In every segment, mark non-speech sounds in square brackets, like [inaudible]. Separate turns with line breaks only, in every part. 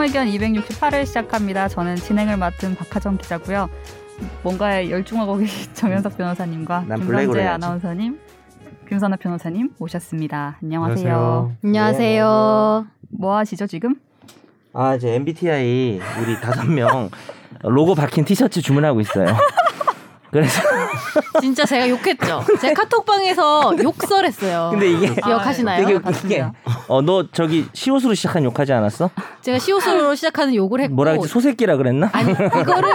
의견 268을 시작합니다. 저는 진행을 맡은 박하정 기자고요. 뭔가에 열중하고 계신 [laughs] 정현석 변호사님과
난 블랙으로
김선재
해야지.
아나운서님, 김선아 변호사님 모셨습니다. 안녕하세요.
안녕하세요.
뭐 하시죠 지금?
아, 이제 MBTI 우리 다섯 명 로고 박힌 티셔츠 주문하고 있어요. 그래서
진짜 제가 욕했죠. 제 카톡방에서 욕설했어요.
근데 이게
아,
기억하시나요?
되게 웃긴 게 어, 너 저기 시옷으로 시작한 욕하지 않았어?
제가 시옷으로 시작하는 욕을 했고
뭐라 그랬지? 소새끼라 그랬나?
아니 이거를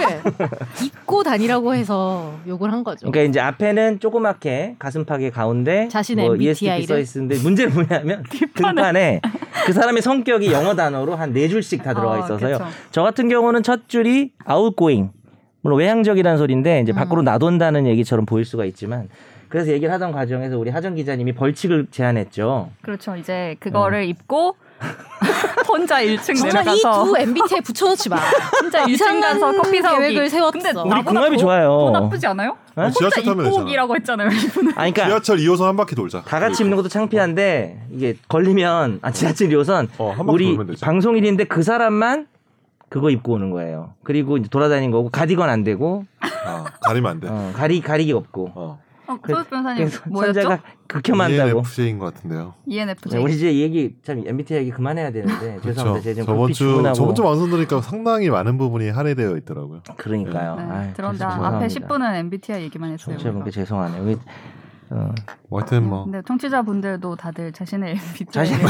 입고 다니라고 해서 욕을 한 거죠.
그러니까 이제 앞에는 조그맣게 가슴팍의 가운데
자신의
뭐
MBTI
ESTP
를?
써 있는데 문제는
[laughs]
뭐냐면 등판에 그 사람의 성격이 영어 단어로 한 네 줄씩 다
아,
들어가
어,
있어서요.
그쵸.
저 같은 경우는 첫 줄이 outgoing 물론 외향적이라는 소리인데 이제
음.
밖으로 나돈다는 얘기처럼 보일 수가 있지만 그래서 얘기를 하던 과정에서 우리 하정 기자님이 벌칙을 제안했죠.
그렇죠. 이제 그거를
네.
입고 [laughs] 혼자 1층
정말 이
내려가서
두 MBTI 붙여놓지 마.
[laughs] 혼자 1층
이상한
가서 커피 사오기.
계획을 세웠어.
근데
우리
우리
나보다
궁합이
더-
좋아요.
더 나쁘지 않아요?
어?
지하철
혼자
타면
입고
되잖아.
오기라고 했잖아요. 이분은.
아니 그러니까
지하철 2호선 한 바퀴 돌자.
다 같이 입는 것도 창피한데 이게 걸리면 아 지하철 2호선
어, 한 바퀴
우리
돌면 되지.
방송일인데 그 사람만 그거 입고 오는 거예요. 그리고 이제 돌아다닌 거고 가디건 안 되고
어, 가리면 안 돼.
어, 가리 가리기 없고.
어. E
어,
그-
서울 변사님
그래서
뭐였죠? E
선자가 극혐한다고.
ENFJ인 것 같은데요.
ENFJ.
네, 우리 이제 얘기 참 MBTI 얘기 그만해야 되는데 죄송합니다. 제가 지금
그렇죠. 저번
급히
주
주문하고
저번 주 방송 들으니까 상당히 많은 부분이 할애되어 있더라고요.
그러니까요.
네,
아유,
들어온다.
죄송-
앞에
죄송합니다.
10분은 MBTI 얘기만 했어요.
청취자분께
우리가.
죄송하네요. 우리, 어,
뭐 하여튼 뭐
근데 청취자분들도 다들 자신의 MBTI
자신의
를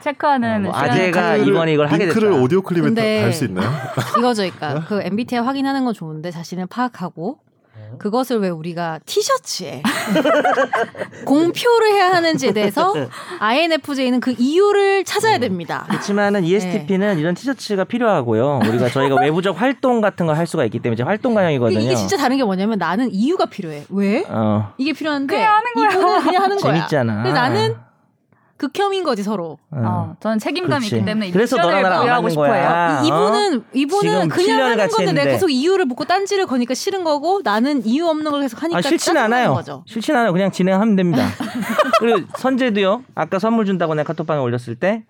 [laughs] 체크하는
뭐
시간을
아재가
가지고
이번에 이걸 하게
링크를
됐다.
오디오 클립에
근데-
달 수 있나요?
이거죠, 그러니까 그 MBTI 확인하는 건 좋은데 자신을 파악하고 그것을 왜 우리가 티셔츠에 공표를 해야 하는지에 대해서 INFJ는 그 이유를 찾아야 됩니다.
네.
그렇지만은 E ESTP는 이런 티셔츠가 필요하고요. 우리가 저희가 외부적 활동 같은 걸 할 수가 있기 때문에 이제 활동
근데
가형이거든요.
이게 진짜 다른 게 뭐냐면 나는 이유가 필요해. 왜?
어,
이게 필요한데 이분은 그냥 하는 거야.
재밌잖아.
근데 나는 극혐인 거지 서로.
어.
어, 저는 책임감이
그렇지.
있기 때문에
그래서 너랑 나랑 안
하고
맞는
싶어요.
거야. 어?
이- 이분은
지금
이분은
칠
그냥
년을
하는
같이
건데 내가
했는데.
계속 이유를 묻고 딴지를 거니까 싫은 거고 나는 이유 없는 걸 계속 하니까
아, 싫진
그러니까 짜증나는
않아요.
거죠.
싫진 않아요. 그냥 진행하면 됩니다. 그리고 선재도요. 아까 선물 준다고 내가 카톡방에 올렸을 때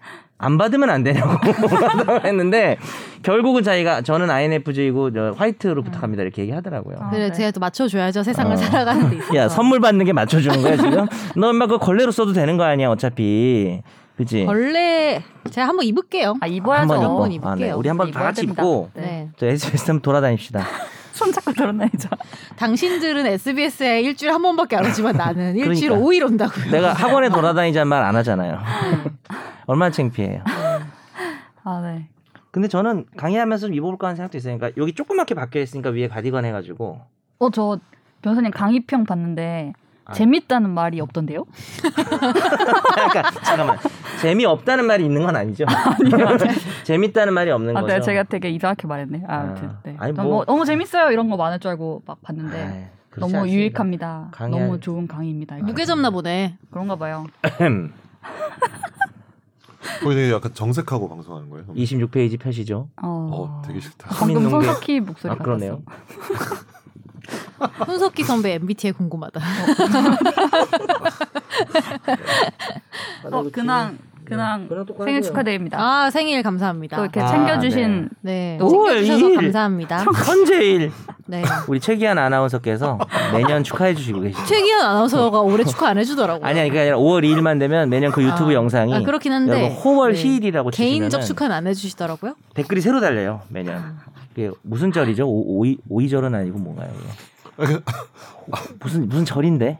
안 받으면 안 되냐고 [laughs] 했는데 결국은 자기가 저는 INFJ고 저 화이트로 부탁합니다 이렇게 얘기하더라고요.
아,
그래
네.
제가 또 맞춰줘야죠 세상을
어.
살아가는 데 있어서.
야 선물 받는 게 맞춰주는 거야 지금? 너 엄마 그거 걸레로 써도 되는 거 아니야 어차피 그지?
벌레 제가 한번 입을게요.
아, 입어야죠.
한번
한번
입고. 아,
입을게요.
네. 우리 한번 다
입어야
같이
됩니다.
입고
네.
네.
저 SBS 한번 돌아다닙시다.
손 잡고 돌아다니자.
당신들은 SBS에 일주일 한 번밖에 안 오지만 나는 일주일
그러니까.
오일 온다고요.
내가 학원에 돌아다니자는 말 안 하잖아요. 얼마나 창피해요.
아, 네.
근데 저는 강의하면서 좀 입어볼까 하는 생각도 있으니까 여기 조그맣게 박혀 있으니까 위에 가디건 해가지고 [laughs]
어, 저 변호사님 강의평 봤는데
아.
재밌다는 말이 없던데요?
그러니까 잠깐만 재미 없다는 말이 있는 건 아니죠? 아니요 [laughs] 재밌다는 말이 없는
아,
거죠.
네, 제가 되게 이상하게 말했네. 아, 아무튼. 네.
아니,
저
뭐-
뭐 너무 재밌어요 이런 거 많을 줄 알고 막 봤는데
아이, 네. 그렇지
네. 너무
않습니다.
유익합니다.
강의할- 아,
너무 좋은 강의입니다. 이거.
무게 잡나 보네.
그런가 봐요.
음.
거기 되게 약간 정색하고 방송하는 거예요.
26페이지 음. 펴시죠.
어,
어, 되게 싫다.
방금
국민농객.
손석희 목소리
아 그러네요.
손석희 선배 MBTI 궁금하다.
어, 근황 근황
네. 똑같아요.
생일 축하드립니다.
아 생일
또
감사합니다.
이렇게
아,
챙겨주신
네.
또-
챙겨주셔서
5월 2일.
감사합니다.
선제일
네.
우리 최기한 아나운서께서 매년 축하해 주시고 계시죠.
최기현 아나운서가 올해 축하 안 해주더라고요.
아니 아니 그게 아니라 5월 2일만 되면 매년 그 유튜브
아,
영상이
아, 그렇긴 한데
여러분, 호월
네.
시일이라고
개인적
치시면은
축하는 안 해주시더라고요.
댓글이 새로 달려요 매년. 이게 무슨 절이죠? 오, 오이 오이절은 아니고 뭔가요? 이거?
그,
무슨 무슨 절인데?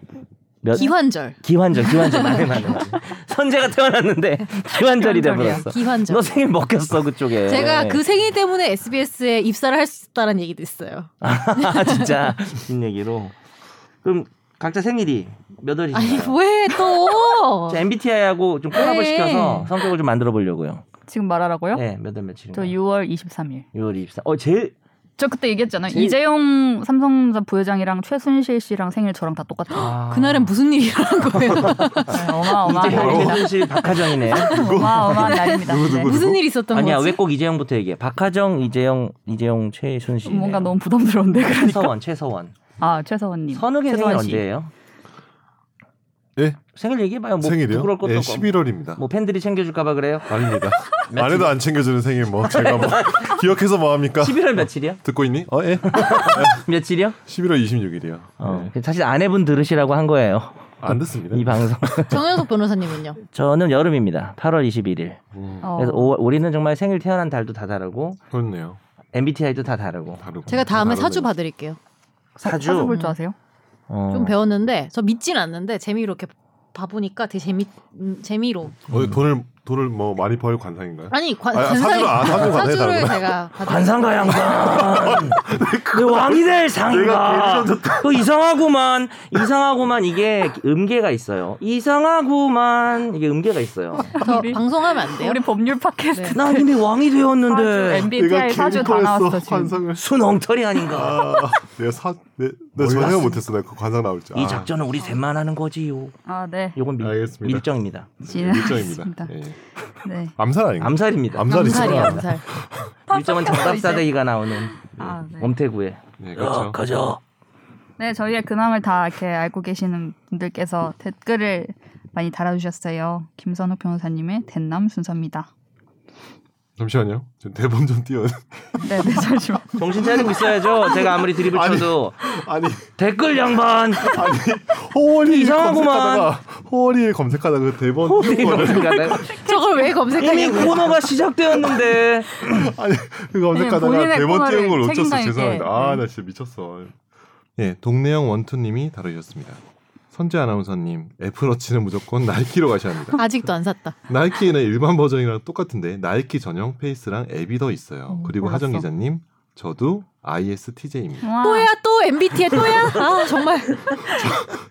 몇
기환절.
기환절 기환절 맞네 맞네 맞네. 선재가 태어났는데 기환절이
기환절이야.
돼버렸어.
기환절.
너 생일 먹혔어 그쪽에.
제가 그 생일 때문에 SBS에 입사를 할 수 있다는 얘기도 있어요.
[laughs] 아, 진짜 무슨 얘기로. 그럼 각자 생일이 몇
아니
월이신가요?
왜 또?
MBTI하고 좀 콜라보
네.
시켜서 성격을 좀 만들어 보려고요.
지금 말하라고요?
네, 몇월 며칠인가?
저 6월 23일.
6월 24. 어, 제일
저 그때 얘기했잖아요.
제일-
이재용 삼성전자 부회장이랑 최순실 씨랑 생일 저랑 다 똑같아요.
아,
그날은 무슨 일이 일어난
[laughs]
거예요?
네, 어마어마한 날입니다.
사실 아, 박하정이네.
어마어마한 날입니다.
누구,
네.
누구?
무슨 일이 있었던
아니야,
거지?
왜 꼭 이재용부터 얘기해? 박하정, 이재용, 이재용, 최순실.
뭔가 너무 부담스러운데 그러니까.
최서원, 최서원.
아 최서원님.
선욱의 생일
최서원 씨.
언제예요?
예?
생일 얘기해봐요. 뭐
생일이요?
부끄러울 것도
예,
없고.
11월입니다.
뭐 네, 팬들이 챙겨줄까봐 그래요. [laughs]
아닙니다. 아내도 안 챙겨주는 생일 뭐 제가 뭐 [laughs] 기억해서 뭐 합니까?
11월 며칠이요?
듣고 있니? 어 [laughs] 예.
며칠이요?
11월 26일이요. 네.
어, 사실 아내분 들으시라고 한 거예요.
안 듣습니다.
이 방송. [laughs]
정현석 변호사님은요?
저는 여름입니다. 8월 21일.
음,
어,
그래서 오- 우리는 정말 생일 태어난 달도 다 다르고
그렇네요.
MBTI도 다 다르고
다르고.
제가 다음에
다르네요.
사주 봐드릴게요.
사주
사주.
볼 줄 아세요?
어.
좀 배웠는데 저 믿진 않는데 재미로 이렇게 봐보니까 되게 재미 음, 재미로
어, 돈을 돈을 뭐 많이 벌 관상인가요?
아니 관,
아,
관상이
사주를 안 하고 관상이
사주를
다르구나.
제가
관상가
[laughs]
양반. 그 왕이 될
네, 내가
상가. 그 이상하구만. 이상하구만 이게 음계가 있어요. 이상하구만 이게 음계가 있어요.
저
우리-
방송하면 안 돼요?
네, 우리 법률 팟캐스트
나 이미 왕이 되었는데
MBTI 사주 다 나왔어 지금. [laughs]
관상을.
순엉터리 아닌가.
아, 내가 사, 내, 나 전혀 못했어. 내가 그 관상 나올 줄.
이
아,
작전은 우리 셋만 하는 거지요.
아 네.
요건 밀,
알겠습니다.
밀정입니다.
네,
알겠습니다.
일정입니다. 예.
네.
암살 아닌가?
암살입니다.
암살이죠. 아.
암살이야
[laughs]
암살.
밀정은 정답사대기가 나오는 어,
아, 네.
엄태구의.
네,
야,
그렇죠.
가자.
네, 저희의 근황을 다 이렇게 알고 계시는 분들께서 댓글을 많이 달아주셨어요. 김선욱 변호사님의 대남 순서입니다.
잠시만요. 좀 대본 좀 띄워. [laughs]
네, 네, 잠시만.
정신 차리고 있어야죠. 제가 아무리 드립을
아니.
쳐도 [laughs]
아니,
댓글 양반.
아니, 호월이
이상하구만.
검색하다가 호월이 검색하다가 그 대본
호리
띄운 거를
검색하다가
[laughs] 저걸 왜 검색하냐고.
이미 코너가 시작되었는데
아니, 그 검색하다가
본인의
대본 띄운 걸
코너를 네. 책임감
놓쳤어.
있게.
죄송합니다. 아, 나 진짜 미쳤어. 예, 동네형 원투님이 다루셨습니다. 선재 아나운서님, 애플워치는 무조건 나이키로 가셔야 합니다.
아직도 안 샀다.
나이키는 일반 버전이랑 똑같은데 나이키 전용 페이스랑 앱이 더 있어요.
음,
그리고
몰랐어.
하정 기자님, 저도 ISTJ입니다.
와,
아. 또야 또 MBTI 또야? [laughs] 아 정말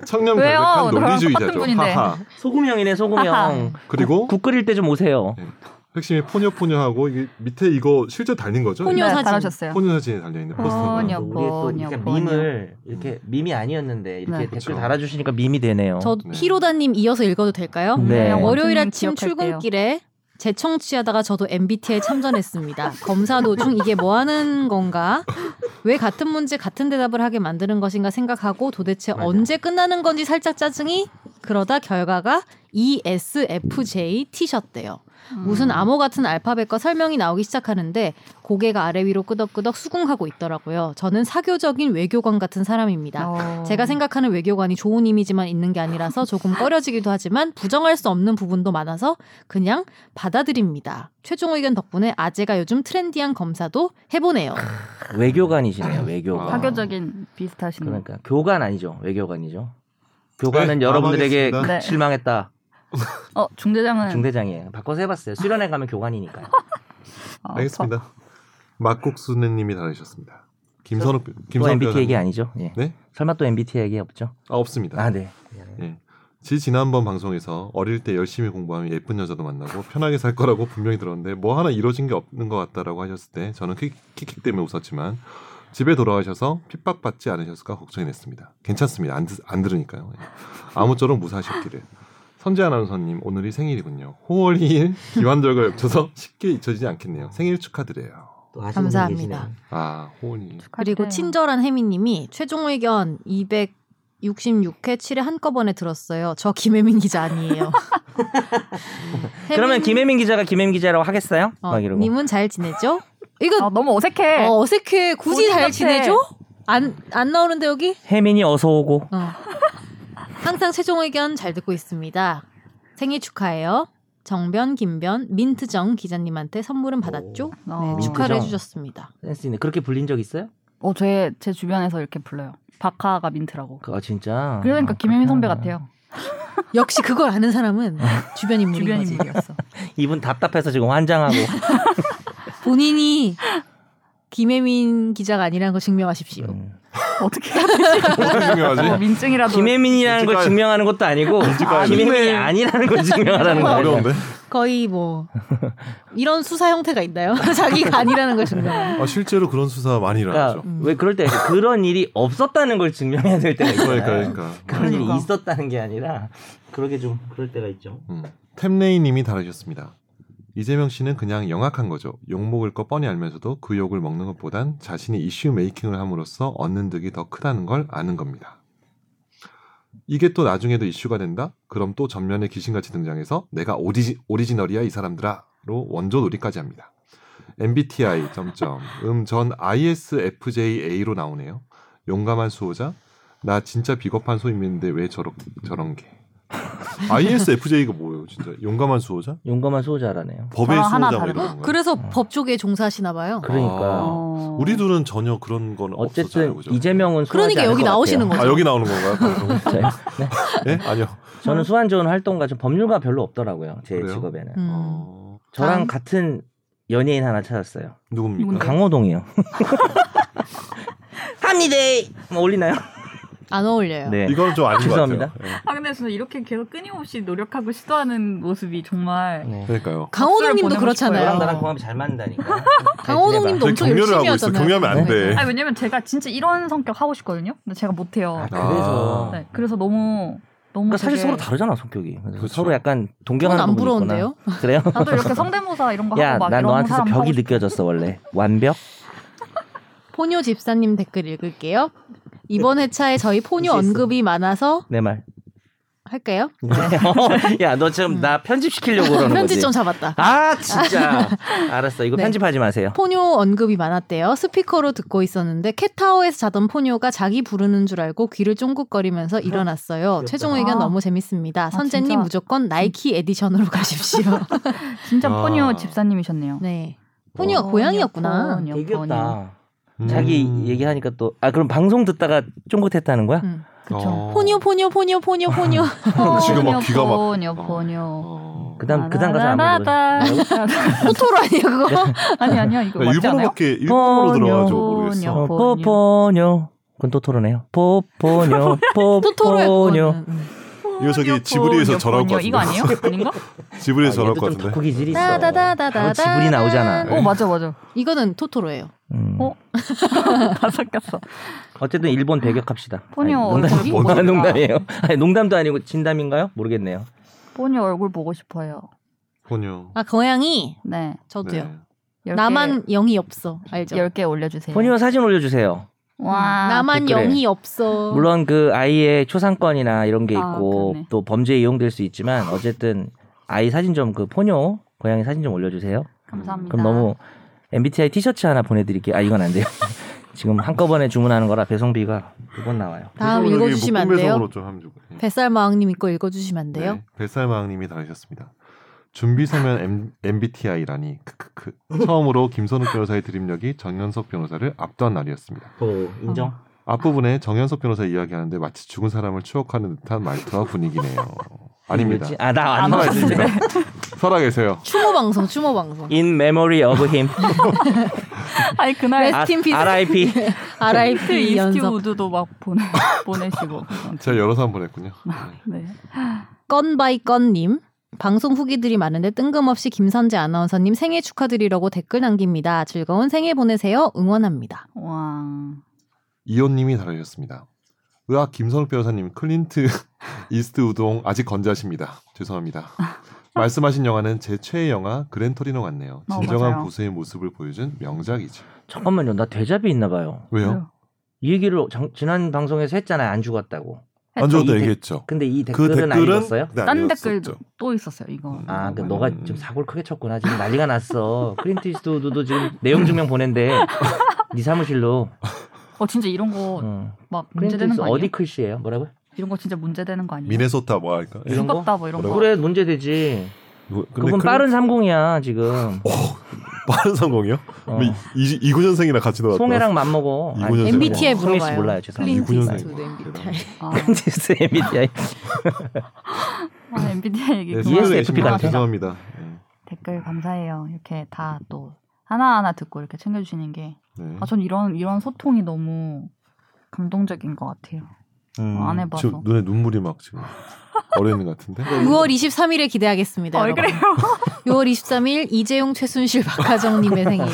청렴
왜요?
결백한
너랑 똑같은
논리주의자죠.
분인데.
하하.
소금형이네 소금형
아하.
그리고
국 끓일 때 좀 오세요
핵심에 포뇨포뇨하고 이게 밑에 이거 실제 달린 거죠?
포뇨.
네,
사진.
달아주셨어요.
포뇨 사진이 달려 있는 포스터.
포뇨.
우리 또 이렇게
번역, 번역.
밈을 이렇게 밈이 아니었는데 이렇게
네.
댓글
그쵸.
달아주시니까 밈이 되네요
저
네.
피로다님 이어서 읽어도 될까요?
네.
원투님
월요일 아침
기억할게요.
출근길에 재청취하다가 저도 MBTI 참전했습니다. 검사 도중 이게 뭐 하는 건가? 왜 같은 문제 같은 대답을 하게 만드는 것인가 생각하고 도대체
맞아.
언제 끝나는 건지 살짝 짜증이 그러다 결과가 E ESFJ T셨대요.
음.
무슨 암호 같은 알파벳과 설명이 나오기 시작하는데 고개가 아래 위로 끄덕끄덕 수긍하고 있더라고요. 저는 사교적인 외교관 같은 사람입니다.
어.
제가 생각하는 외교관이 좋은 이미지만 있는 게 아니라서 조금 꺼려지기도 하지만 부정할 수 없는 부분도 많아서 그냥 받아들입니다. 최종 의견 덕분에 아재가 요즘 트렌디한 검사도 해보네요.
외교관이시네요 외교관
아.
사교적인 비슷하신
그러니까 교관 아니죠 외교관이죠 교관은
네,
여러분들에게
감사하겠습니다.
네.
실망했다
어 중대장은
중대장이에요 바꿔서 해봤어요 수련회 가면
네.
교관이니까요
어,
아, 알겠습니다. 막국수네님이 다루셨습니다. 김선욱
또
김선욱
MBT 얘기
변호사님.
아니죠 예.
네?
설마 또 MBT 얘기 없죠
아 없습니다.
아네
지 지난번 방송에서 어릴 때 열심히 공부하면 예쁜 여자도 만나고 편하게 살 거라고 분명히 들었는데 뭐 하나 이루어진 게 없는 것 같다라고 하셨을 때 저는 킥- 킥킥 때문에 웃었지만 집에 돌아가셔서 핍박받지 않으셨을까 걱정이 됐습니다. 괜찮습니다. 안, 드- 안 들으니까요. 예. 아무쪼록 무사하셨기를. 선재 아나운서님 오늘이 생일이군요. 5월 2일 기완절과 겹쳐서 쉽게 잊혀지지 않겠네요. 생일 축하드려요.
또 아시는 분
감사합니다.
계시네요.
아 5월 2일.
그리고 친절한 혜미님이 최종 의견 266회 7회 한꺼번에 들었어요. 저 김혜민 기자
[laughs]
아니에요.
그러면
혜민-
김혜민 기자가 김혜민 기자라고 하겠어요?
어,
막 이러고
님은 잘 지내죠? 이거
아, 너무 어색해.
어, 어색해. 굳이
본인
잘
같아.
지내죠? 안, 안 나오는데 여기?
혜민이 어서 오고
어. 항상 최종 의견 잘 듣고 있습니다. 생일 축하해요. 정변, 김변, 민트정 기자님한테 선물은 받았죠?
어.
네,
민트정.
축하를 해주셨습니다.
센스 있네. 그렇게 불린 적 있어요?
어, 제, 제 주변에서 이렇게 불러요. 박하가 민트라고.
아 진짜.
그러니까
아,
김혜민 선배
그렇구나.
같아요.
역시 그걸 아는 사람은 주변 인물인
주변
거지.
인물이었어.
이분 답답해서 지금 환장하고.
본인이 김혜민 기자가 아니라는 걸 증명하십시오.
음.
[laughs] 어떻게 해야 되지?
어떻게 중요하지?
뭐 민증이라도
김혜민이라는 걸
일찍 가야-
증명하는 것도 아니고
가야 돼.
김혜민이 아니라는 걸 증명하라는 거예요.
어려운데?
거의 뭐 이런 수사 형태가 있나요? [laughs] 자기가 아니라는 걸
음.
증명하는.
아, 실제로 그런 수사 많이 일어나죠.
그러니까
음.
왜 그럴 때 그런 일이 없었다는 걸 증명해야 될 때가 있어요.
그러니까 그러니까.
그런 일이
그러니까.
있었다는 게 아니라 그러게 좀 그럴 때가 있죠.
음. 템레이님이 다루셨습니다. 이재명 씨는 그냥 영악한 거죠. 욕 먹을 거 뻔히 알면서도 그 욕을 먹는 것보단 자신이 이슈 메이킹을 함으로써 얻는 득이 더 크다는 걸 아는 겁니다. 이게 또 나중에도 이슈가 된다? 그럼 또 전면에 귀신같이 등장해서 내가 오리지, 오리지널이야 이 사람들아로 원조 놀이까지 합니다. MBTI 점점 음전 ISFJA로 나오네요. 용감한 수호자. 나 진짜 비겁한 소임인데 왜 저러, 저런 게? ISFJ가 뭐예요, 진짜? 용감한 수호자?
용감한 수호자라네요.
법의
저랑 하나
수호자 뭐 이런
다르다.
건가요?
그래서
어.
법 쪽에 종사하시나 봐요.
그러니까
아.
어.
우리 둘은 전혀 그런 건 없었잖아요,
어쨌든
그죠?
이재명은 수호하지
그러니까
않을
여기
것
나오시는
같아요.
아 여기 나오는 건가요? 방송에?
네.
예? 아니요.
저는 수완 좋은 활동가 좀 법률가 별로 없더라고요. 제
그래요?
직업에는
음.
어,
저랑
아.
같은 연예인 하나 찾았어요.
네.
누굽니까?
뭔데?
[laughs]
강호동이요. 합니다. 뭐 올리나요?
안 어울려요.
네.
이건 좀 아닌 것
죄송합니다.
같아요. 예.
아 근데 저는 이렇게 계속 끊임없이 노력하고 시도하는 모습이 정말
네.
그러니까요.
박수를
강호동님도
보내고
그렇잖아요.
너랑
싶어요.
나랑 궁합이 잘 맞는다니까.
강호동님도
저희
엄청
경멸을
열심히
하고 있어.
하잖아요. 네.
경멸하면 안 돼.
아니 왜냐면 제가 진짜 이런 성격 하고 싶거든요. 근데 제가 못 해요.
아, 그래서.
네, 그래서 너무 너무
그러니까 사실
되게-
서로 다르잖아 성격이. 그래서
그렇죠.
서로 약간
저는
동경하는
안
부분이 있구나.
부러운데요.
[laughs]
뭐
그래요?
나도 이렇게 성대모사 이런 거
야,
하고 막
난
이런
너한테서
사람 하고
벽이
싶-
느껴졌어
[laughs]
원래. 완벽.
포뇨 집사님 댓글 읽을게요. 이번 회차에 저희 포뇨
있어, 있어.
언급이 많아서
내 말.
할까요?
[laughs] 야, 너 지금 나 편집시키려고
[laughs]
그러는 거지.
음. 편집 좀 잡았다.
아,
[laughs]
진짜. 알았어. 이거
네.
편집하지 마세요.
포뇨 언급이 많았대요. 스피커로 듣고 있었는데 캣타워에서 자던 포뇨가 자기 부르는 줄 알고 귀를 쫑긋거리면서 일어났어요.
귀엽다.
최종 의견
아.
너무 재밌습니다. 선재님
진짜.
무조건 나이키 에디션으로 가십시오.
진짜
어.
아.
포뇨 집사님이셨네요.
네. 포뇨가 고양이였구나.
포뇨,
되게
포뇨.
귀엽다. 네. 자기
음.
얘기하니까 또 아, 그럼 방송 듣다가 쫑긋했다는 거야?
음.
그쵸.
어.
포뇨 포뇨 포뇨 포뇨 포뇨.
지금 막 귀가 막-
포뇨
어.
포뇨.
어.
그다음 그다음 가서 안
아,
아,
부르거든. 네.
포토로 아니에요 그거?
아니 아니야 이거
그러니까
맞지 않아요?
일본어밖에 일본어로
포뇨.
들어가지고
포뇨.
모르겠어.
어, 포포뇨. 그건 토토로네요.
[laughs]
포포뇨.
토토로의
포포뇨.
거는. 음.
이거 저기
포뇨,
지브리에서
포뇨,
저럴 것
포뇨. 이거
같은데.
아니에요?
[laughs]
아닌가?
지브리에서 저럴 것
좀
같은데.
덕후 기질이 있어.
따다다다다다.
바로 지불이 나오잖아.
네.
어 맞아 맞아.
이거는 토토로예요.
음.
어? 다 섞였어.
어쨌든 일본 배격합시다.
포뇨
아니, [laughs]
얼굴이
농담,
뭐더라?
아, 농담이에요. 아니, 농담도 아니고 진담인가요? 모르겠네요.
포뇨 얼굴 보고 싶어요.
포뇨.
아 고양이
네.
저도요.
네.
열
나만 영이 없어 알죠? 음.
10개 올려주세요.
포뇨 사진 올려주세요.
와.
나만
댓글에.
영이 없어.
물론 그 아이의 초상권이나 이런 게
아,
있고
그렇네.
또 범죄에 이용될 수 있지만 어쨌든 아이 사진 좀 그 포뇨 고양이 사진 좀 올려주세요.
감사합니다.
그럼 너무 MBTI 티셔츠 하나 보내드릴게요. 아 이건 안 돼요. [laughs] 지금 한꺼번에 주문하는 거라 배송비가 이건 나와요.
다음
그래서 여기
읽어주시면 안 돼요?
묶음배송으로 좀 하면 좋고. 네.
뱃살마왕님 이거 읽어주시면 안 돼요?
네. 뱃살마왕님이 다르셨습니다. 준비 서면 MBTI라니 크크크. 처음으로 김선욱 변호사의 드림력이 정연석 변호사를 압도한 날이었습니다.
어, 인정.
앞부분에 정연석 변호사 이야기하는데 마치 죽은 사람을 추억하는 듯한 말투와 분위기네요. 아닙니다.
아나안
안
나왔습니다.
살아계세요.
추모 방송, 추모
[laughs]
[laughs]
방송.
예.
In memory of him.
아니 그날
레스팅 피스.
R.I.P.
트
R.I.P.
이스티
연속.
우드도 막 보내 [laughs] 보내시고.
제가 여러 사람 보냈군요.
네.
건바이건님. 방송 후기들이 많은데 뜬금없이 김선재 아나운서님 생일 축하드리려고 댓글 남깁니다. 즐거운 생일 보내세요. 응원합니다.
와.
이온님이 다루셨습니다. 의학 김선욱 변호사님 클린트 [laughs] 이스트 우동 아직 건재하십니다. 죄송합니다.
[laughs]
말씀하신 영화는 제 최애 영화 그랜토리노 같네요.
어,
진정한
맞아요.
보수의 모습을 보여준 명작이죠.
잠깐만요. 나 대자비 있나 봐요.
왜요?
이 얘기를 장- 지난 방송에서 했잖아요. 안 죽었다고.
안
했죠.
좋았다
이
아, 얘기했죠.
근데 이 네.
그
댓글은 안 읽었어요?
네,
네.
안
딴
읽었었죠.
댓글도 음. 또 있었어요. 이거.
아, 그
음,
너가
음.
지금 사고를 크게 쳤구나. 지금 난리가 났어. [laughs] 클린트이스트우드도 지금 내용 증명 보낸대. 네 사무실로.
어 진짜 이런 거
어.
막 문제되는
클린트이스트
거 아니에요?
어디 클시예요? 뭐라고? 요
이런 거 진짜 문제되는 거 아니에요?
미네소타 뭐 할까?
이런 거?
죽었다 뭐 이런 거.
그래 문제 되지.
이거- 뭐, 근데
그분
클린-
빠른 삼공이야 지금.
[laughs] 빠른 성공이요?
어.
이, 이, 구전생이랑 같이 나왔다.
송해랑 맞먹어.
이구년 전에.
MBTI
송혜 씨
물어봐요.
몰라요. 죄송합니다.
클린-
클린트
아,
[laughs]
이구년
이스트우드
사이구나.
[laughs] MBTI.
아,
클린트이스트 MBTI.
아 MBTI 얘기.
네,
그만-
ESFP
송혜랑
같아요.
죄송합니다. 네.
댓글 감사해요. 이렇게 다 또 하나하나 듣고 이렇게 챙겨주시는 게.
네.
아, 전 이런 이런 소통이 너무 감동적인 것 같아요.
음,
안 해봐서.
지금 눈에 눈물이 막
[laughs]
지금 어려있는 것 같은데.
6월 23일에 기대하겠습니다.
아, 왜
여러분. 6월 23일 이재용,
[laughs]
최순실, 박하정님의 생일.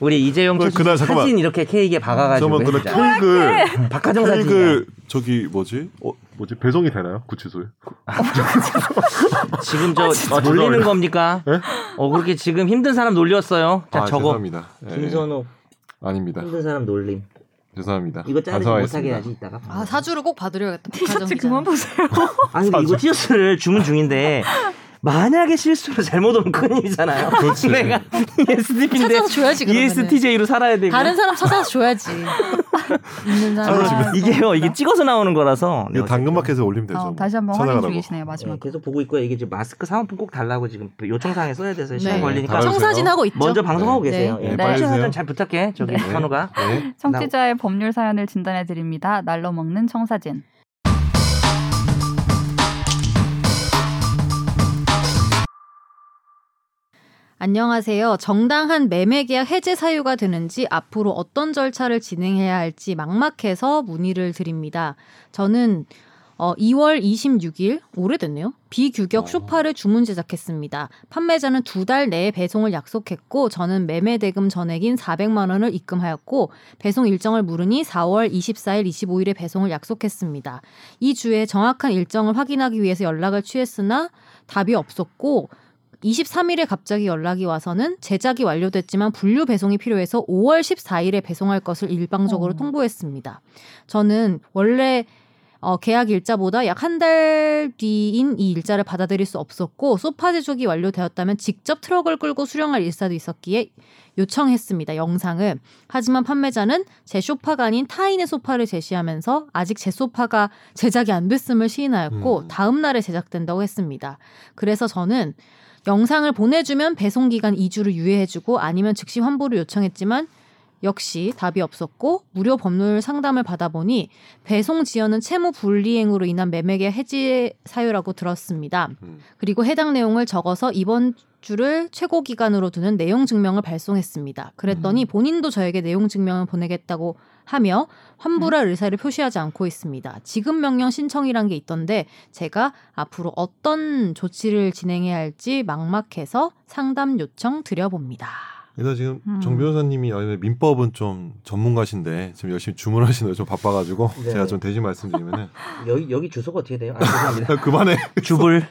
우리 이재용
그날,
최수
그날 잠깐만.
사진 이렇게 케이크에 박아가지고
잠깐만 근데
해주자.
케이크
박하정 사진.
케이크 그 저기 뭐지? 어 뭐지 배송이 되나요? 구치소에?
지금
아,
저 어,
죄송합니다.
놀리는 겁니까?
예?
어 그렇게 지금 힘든 사람 놀렸어요. 자
아,
저거
죄송합니다. 예, 예.
김선호
아닙니다.
힘든 사람 놀림.
죄송합니다.
이거 자르지 못하게
반성하겠습니다.
해야지 이따가.
아 사주를 꼭 받으려야겠다.
티셔츠
백화점
그만
기자.
보세요.
아니 근데 이거 티셔츠를 주문 중인데 만약에 실수로 잘못 오면 큰일이잖아요.
그렇지. 네.
내가 ESTP인데
찾아서 줘야지 그러면.
ESTJ로 살아야 되고.
다른 사람 찾아서 줘야지. 있는 사람.
아,
이게요 이게 찍어서 나오는 거라서.
이거 당근마켓에 올리면 되죠.
어,
뭐.
다시 한번 확인
찾아가라고.
중이시네요 마지막.
네, 계속 보고 있고요. 이게 지금 마스크 사은품 꼭 달라고 지금 요청사항에 써야 돼서 시간
네.
걸리니까
달아주세요.
청사진 하고 있죠.
먼저 방송하고
네.
계세요.
네,
예.
빨리
청취자
해주세요.
사전 잘 부탁해 저기
네.
한우가.
네.
청취자의 법률 사연을 진단해 드립니다. 날로 먹는 청사진.
안녕하세요. 정당한 매매계약 해제 사유가 되는지 앞으로 어떤 절차를 진행해야 할지 막막해서 문의를 드립니다. 저는 어, 2월 26일 오래됐네요. 비규격
어.
쇼파를 주문 제작했습니다. 판매자는 두 달 내에 배송을 약속했고 저는 매매 대금 전액인 400만 원을 입금하였고 배송 일정을 물으니 4월 24일, 25일에 배송을 약속했습니다. 이 주에 정확한 일정을 확인하기 위해서 연락을 취했으나 답이 없었고 23일에 갑자기 연락이 와서는 제작이 완료됐지만 분류 배송이 필요해서 5월 14일에 배송할 것을 일방적으로
어.
통보했습니다. 저는 원래 어, 계약 일자보다 약 한 달 뒤인 이 일자를 받아들일 수 없었고 소파 제조기 완료되었다면 직접 트럭을 끌고 수령할 일사도 있었기에 요청했습니다. 영상을. 하지만 판매자는 제 소파가 아닌 타인의 소파를 제시하면서 아직 제 소파가 제작이 안 됐음을 시인하였고
음.
다음 날에 제작된다고 했습니다. 그래서 저는 영상을 보내주면 배송 기간 2주를 유예해주고 아니면 즉시 환불을 요청했지만 역시 답이 없었고 무료 법률 상담을 받아보니 배송 지연은 채무 불이행으로 인한 매매계 해지 사유라고 들었습니다.
음.
그리고 해당 내용을 적어서 이번 주를 최고 기간으로 두는 내용 증명을 발송했습니다. 그랬더니 본인도 저에게 내용 증명을 보내겠다고 하며 환불할 의사를 표시하지 않고 있습니다. 지급 명령 신청이란 게 있던데 제가 앞으로 어떤 조치를 진행해야 할지 막막해서 상담 요청 드려봅니다.
일단 지금
음.
정 변호사님이 아니, 민법은 좀 전문가신데 지금 열심히 주문하시는 좀 바빠가지고
네.
제가 좀 대신 말씀드리면은 [laughs]
여기 여기 주소가 어떻게 돼요? 아, 죄송합니다.
야, 그만해.
[laughs] 주불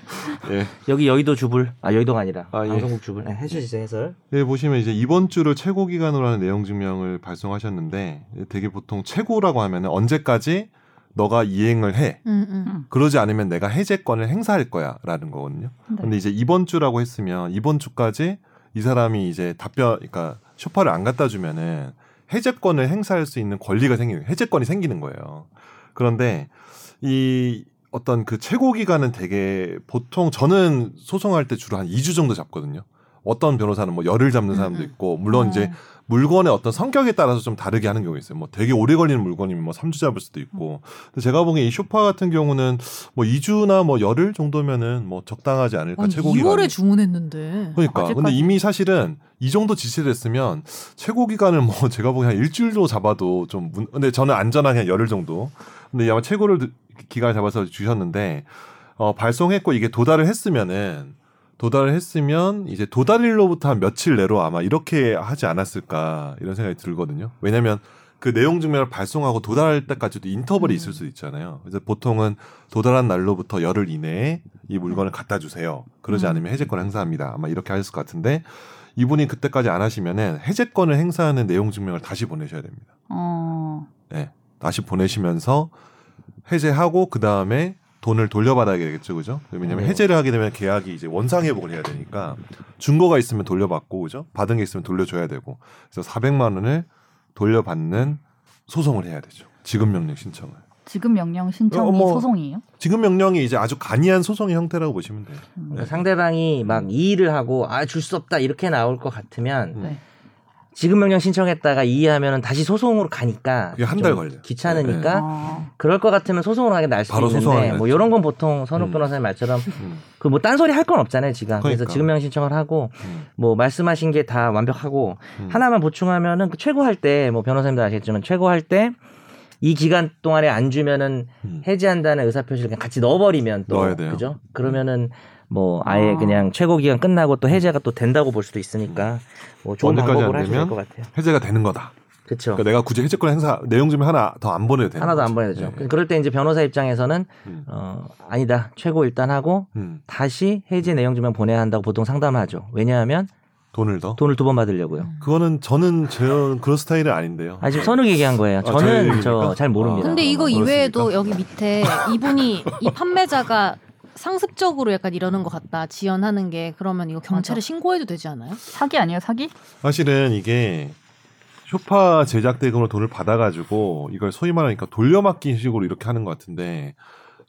예.
여기 여의도 주불 아 여의도가 아니라
아, 예.
방송국 주불 네, 해주세요 해설.
예, 보시면 이제 이번 주를 최고 기간으로 하는 내용 증명을 발송하셨는데 되게 보통 최고라고 하면 언제까지 너가 이행을 해.
음, 음.
그러지 않으면 내가 해제권을 행사할 거야라는 거거든요.
네.
근데 이제 이번 주라고 했으면 이번 주까지 이 사람이 이제 답변 그러니까 쇼파를 안 갖다 주면은 해제권을 행사할 수 있는 권리가 생기는 해제권이 생기는 거예요. 그런데 이 어떤 그 최고 기간은 되게 보통 저는 소송할 때 주로 한 2주 정도 잡거든요. 어떤 변호사는 뭐 열흘 잡는 사람도
음, 음.
있고 물론 이제 물건의 어떤 성격에 따라서 좀 다르게 하는 경우가 있어요. 뭐 되게 오래 걸리는 물건이면 뭐 3주 잡을 수도
음.
있고. 근데 제가 보기엔 이 쇼파 같은 경우는 뭐 2주나 뭐 열흘 정도면은 뭐 적당하지 않을까 최고
2월에
기간이.
주문했는데.
그러니까
아직까지.
근데 이미 사실은 이 정도 지체됐으면 최고 기간을 뭐 [laughs] 제가 보기엔 한 일주일도 잡아도 좀 문- 근데 저는 안전하게 한 열흘 정도. 근데 아마 최고를 드- 기간을 잡아서 주셨는데 어 발송했고 이게 도달을 했으면은 도달을 했으면 이제 도달일로부터 한 며칠 내로 아마 이렇게 하지 않았을까 이런 생각이 들거든요. 왜냐면 그 내용 증명을 발송하고 도달할 때까지도 인터벌이
음.
있을 수 있잖아요. 그래서 보통은 도달한 날로부터 열흘 이내에 이 물건을 갖다 주세요. 그러지
음.
않으면 해제권 행사합니다. 아마 이렇게 하셨을 것 같은데 이분이 그때까지 안 하시면은 해제권을 행사하는 내용 증명을 다시 보내셔야 됩니다.
어.
다시 보내시면서 해제하고 그 다음에 돈을 돌려받아야 되겠죠, 그죠? 왜냐면
네.
해제를 하게 되면 계약이 이제 원상회복을 해야 되니까 준거가 있으면 돌려받고, 그죠? 받은 게 있으면 돌려줘야 되고, 그래서 400만 원을 돌려받는 소송을 해야 되죠. 지급명령 신청을.
지금 명령 신청이
어, 뭐.
소송이에요?
지급명령이 이제 아주 간이한 소송의 형태라고 보시면 돼요.
음.
네.
그러니까 상대방이 막 이의를 하고 아 줄 수 없다 이렇게 나올 것 같으면
음.
네.
지급 명령 신청했다가 이의하면 은 다시 소송으로 가니까
그게 한
좀
달 걸려요.
귀찮으니까
어.
그럴 것 같으면 소송으로 하게 날 수도
바로 소송하게
있는데 뭐
날
이런 건 보통 선욱
음.
변호사님 말처럼
음,
그 뭐 딴소리 할 건 없잖아요 지가 그래서
그러니까.
지급명 신청을 하고
음,
뭐 말씀하신 게 다 완벽하고
음.
하나만 보충하면은 그 최고할 때 뭐 변호사님도 아시겠지만 최고할 때 이 기간 동안에 안 주면은
음.
해지한다는 의사 표시를 그냥 같이 넣어버리면 또
넣어야 돼요.
그죠? 그러면은 뭐 아예
아.
그냥 최고 기간 끝나고 또 해제가 또 된다고 볼 수도 있으니까 뭐 좋은
언제까지
방법을
안
하시면
되면?
될것 같아요.
해제가 되는 거다.
그렇죠.
그러니까 내가 굳이 해제권 행사 내용 중 하나 더 안 보내도 되는
하나도 안
거지.
보내야 되죠. 그러니까
네.
그럴 때 이제 변호사 입장에서는
음.
어 아니다 최고 일단 하고
음.
다시 해지 내용 증명 보내야 한다고 보통 상담하죠. 왜냐하면
돈을 더.
돈을 두 번
음.
받으려고요.
그거는 저는 제 그런 스타일은 아닌데요.
아 지금 선욱 얘기한 거예요.
아, 저의
저는
얘기입니까? 아,
저 잘 모릅니다.
근데 이거
예, 그렇습니까?
이외에도 여기 밑에 이분이 이 판매자가 상습적으로 약간 이러는 것 같다 지연하는 게 그러면 이거 경찰에
맞아.
신고해도 되지 않아요?
사기 아니에요 사기?
사실은 이게 쇼파 제작 대금으로 돈을 받아가지고 이걸 소위 말하니까 돌려막기 식으로 이렇게 하는 것 같은데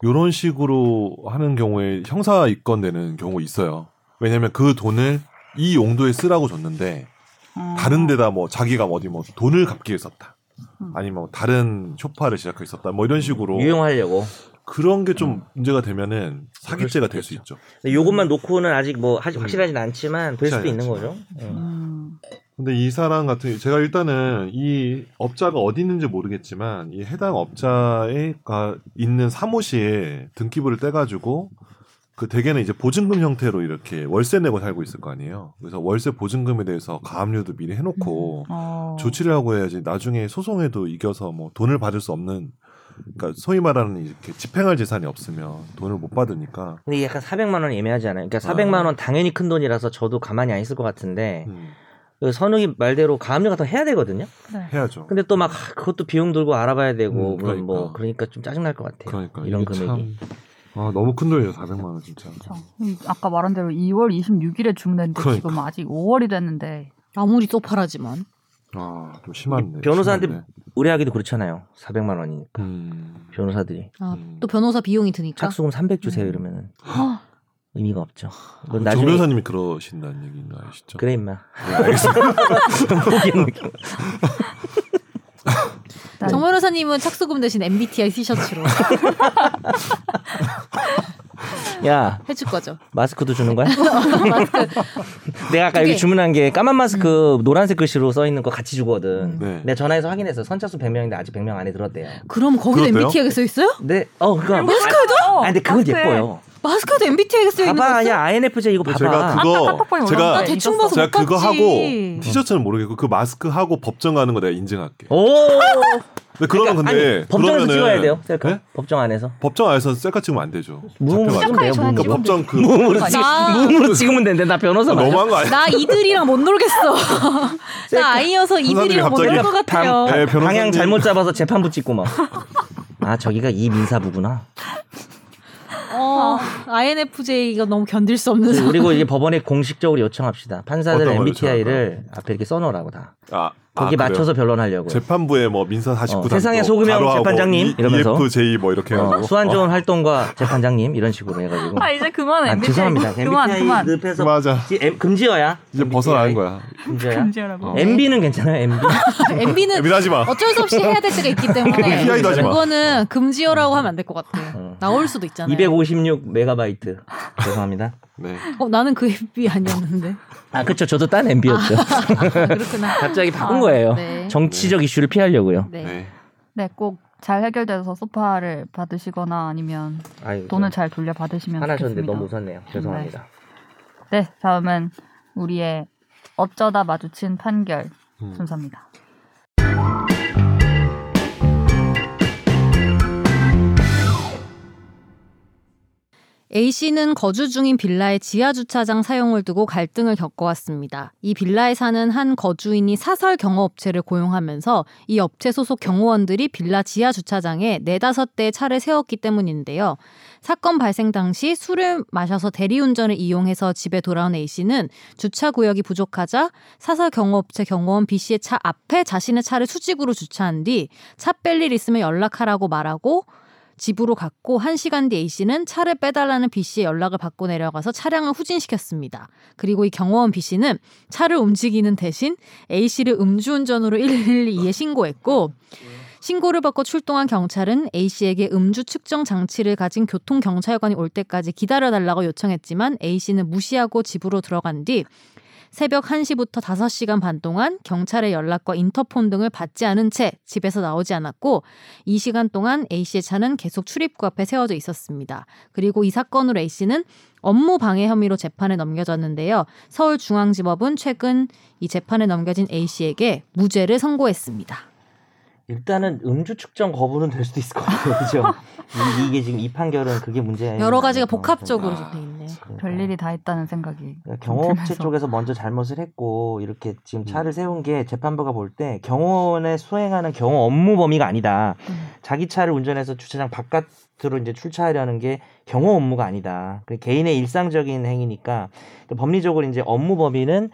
이런 식으로 하는 경우에 형사 입건되는 경우 있어요. 왜냐하면 그 돈을 이 용도에 쓰라고 줬는데
어.
다른 데다 뭐 자기가 어디 뭐 돈을 갚기에 썼다.
음.
아니면 뭐 다른 쇼파를 제작해 썼다. 뭐 이런 식으로
유용하려고. 음.
그런 게 좀 문제가 되면은 사기죄가 될 수 있죠.
근데 요것만 놓고는 아직 뭐 하-
음. 그렇죠,
확실하진 않지만 될 수도
확실하진
있는 거죠.
않지만.
음.
음.
근데 이 사람 같은 제가 일단은 이 업자가 어디 있는지 모르겠지만 이 해당 업자에가 있는 사무실 등기부를 떼가지고 그 대개는 이제 보증금 형태로 이렇게 월세 내고 살고 있을 거 아니에요. 그래서 월세 보증금에 대해서 가압류도 미리 해놓고
어.
조치를 하고 해야지 나중에 소송에도 이겨서 뭐 돈을 받을 수 없는 그러니까 소위 말하는 이렇게 집행할 재산이 없으면 돈을 못 받으니까
근데 이게 약간 400만 원 애매하지 않아요? 그러니까
아.
400만 원 당연히 큰 돈이라서 저도 가만히 안 있을 것 같은데
음,
그 선욱이 말대로 가압류 같은 거 해야 되거든요.
그래.
해야죠.
근데 또 막 그것도 비용 들고 알아봐야 되고
음,
물론 뭐
그러니까.
그러니까 좀 짜증 날 것 같아요.
그러니까
이런
이게
금액이.
참 아, 너무 큰 돈이에요 400만 원 진짜.
그쵸. 음, 아까 말한 대로 2월 26일에 주문했는데
그러니까.
지금 아직 5월이 됐는데
아무리 쪽팔하지만
아, 좀 심한데.
변호사한테-
심한데.
의뢰하기도 그렇잖아요. 400만 원이니까
음.
변호사들이
아,
음.
또 변호사 비용이 드니까
착수금 300 주세요
음.
이러면은
헉,
아,
의미가 없죠.
정
그건 나중에
변호사님이 그러신다는 얘기인 거 아시죠?
그래 임마.
네, 알겠습니다.
포기한 느낌.
일단
정 변호사님은 착수금 대신 MBTI
[laughs]
티셔츠로
야
해줄 거죠.
마스크도 주는 거야?
마스크
[laughs] 내가 아까
두
여기
개.
주문한 게 까만 마스크 노란색 글씨로 써 있는 거 같이 주거든.
음.
네.
내가 전화해서 확인했어. 선착순 100명인데 아직 100명 안에 들었대요.
그럼 거기도
그렇대요?
MBTI가 써 있어요?
네, 어, 그러니까. 마스크도? 아, 근데 그건
마스크에.
예뻐요.
마스크도 MBTI가 써 있는
봐봐,
거
야, INFJ 이거 봐봐.
아,
제가 그거
카톡방에
제가
올라왔는데
대충
있었어.
봐서
제가
못
그거
봤지.
하고 티셔츠는 모르겠고 그 마스크 하고 법정 가는 거 내가 인증할게.
오!
근데 그러면
어? 그러니까,
근데
아니, 법정에서
그러면은-
찍어야 돼요, 셀카.
네?
법정 안에서.
법정 안에서 셀카 찍으면 안 되죠.
무음으로
잡혀가지고.
찍으면 돼요,
저는
그러니까
무음으로.
지금
법정 그
무음으로, 찍,
아니야.
무음으로 찍으면 되는데, 나 변호사 맞아.
[laughs] 너무한 거 아니야?
나 이들이랑 못
[laughs]
놀겠어. 나 아이여서 이들이랑 못 놀
갑자기
것
방-
같아요.
네, 변호사님.
방향 잘못 잡아서 재판부 찍고 막. 아, 저기가 이 민사부구나.
어,
네.
INFJ가 너무 견딜 수 없는 사
그리고 이제 법원에 공식적으로 요청합시다. 판사들
어떤 걸로
MBTI를 앞에 이렇게 써놓으라고 다.
아,
거기
아, 그래요?
맞춰서 변론하려고.
재판부에 뭐 민사 49단
어, 세상의 소금형 재판장님 이러면서. 어.
EFJ 뭐 이렇게 해가지고
수완 좋은 활동과 재판장님 이런 식으로 해가지고.
아 이제 그만해
아,
MBTI
죄송합니다.
그만 그만
네.
늪에서
맞아.
지- M- 금지어야.
이제
MBTI.
벗어나는 거야.
금지어야.
금지하라고
어.
MB는 괜찮아요. MB.
MB는
민하지 마.
어쩔 수 없이 해야 될 때가 있기 때문에
PI 다지 마.
그거는 금지어라고 하면 안 될 것
어.
같아. 나올 수도
네.
있잖아요.
256 메가바이트. 죄송합니다.
네.
어, 나는 그 [laughs] MB 아니었는데.
아 그쵸. 저도 딴 MB였죠.
아, 그렇구나.
갑자기
아,
바꾼 거예요.
네.
정치적 이슈를 피하려고요.
네.
네.
네꼭 잘 해결돼서 소파를 받으시거나 아니면
아이고,
돈을
네.
잘 돌려 받으시면
하나 줬는데
좋겠습니다.
너무 웃었네요. 죄송합니다.
네 다음은 우리의 어쩌다 마주친 판결
음.
순서입니다.
A씨는 거주 중인 빌라의 지하주차장 사용을 두고 갈등을 겪어왔습니다. 이 빌라에 사는 한 거주인이 사설 경호업체를 고용하면서 이 업체 소속 경호원들이 빌라 지하주차장에 네다섯 대의 차를 세웠기 때문인데요. 사건 발생 당시 술을 마셔서 대리운전을 이용해서 집에 돌아온 A씨는 주차구역이 부족하자 사설 경호업체 경호원 B씨의 차 앞에 자신의 차를 수직으로 주차한 뒤 차 뺄 일 있으면 연락하라고 말하고 집으로 갔고 1시간 뒤 A씨는 차를 빼달라는 B씨의 연락을 받고 내려가서 차량을 후진시켰습니다. 그리고 이 경호원 B씨는 차를 움직이는 대신 A씨를 음주운전으로 112에 신고했고 신고를 받고 출동한 경찰은 A씨에게 음주 측정 장치를 가진 교통경찰관이 올 때까지 기다려달라고 요청했지만 A씨는 무시하고 집으로 들어간 뒤 새벽 1시부터 5시간 반 동안 경찰의 연락과 인터폰 등을 받지 않은 채 집에서 나오지 않았고 이 시간 동안 A씨의 차는 계속 출입구 앞에 세워져 있었습니다. 그리고 이 사건으로 A씨는 업무 방해 혐의로 재판에 넘겨졌는데요. 서울중앙지법은 최근 이 재판에 넘겨진 A씨에게 무죄를 선고했습니다.
일단은 음주 측정 거부는 될 수도 있을 것 같아요.
[laughs]
그죠? 이- 이게 지금 이 판결은 그게 뭐, 문제예요.
여러 가지가 복합적으로
아,
좀 돼 있네.
뭐.
별일이 다 있다는 생각이
그러니까 경호업체
들면서. 음.
쪽에서 먼저 잘못을 했고 이렇게 지금 차를 세운 게 재판부가 볼 때 경호원에 수행하는 경호 업무 범위가 아니다.
음.
자기 차를 운전해서 주차장 바깥으로 이제 출차하려는 게 경호 업무가 아니다. 그 개인의 일상적인 행위니까 그 법리적으로 이제 업무 범위는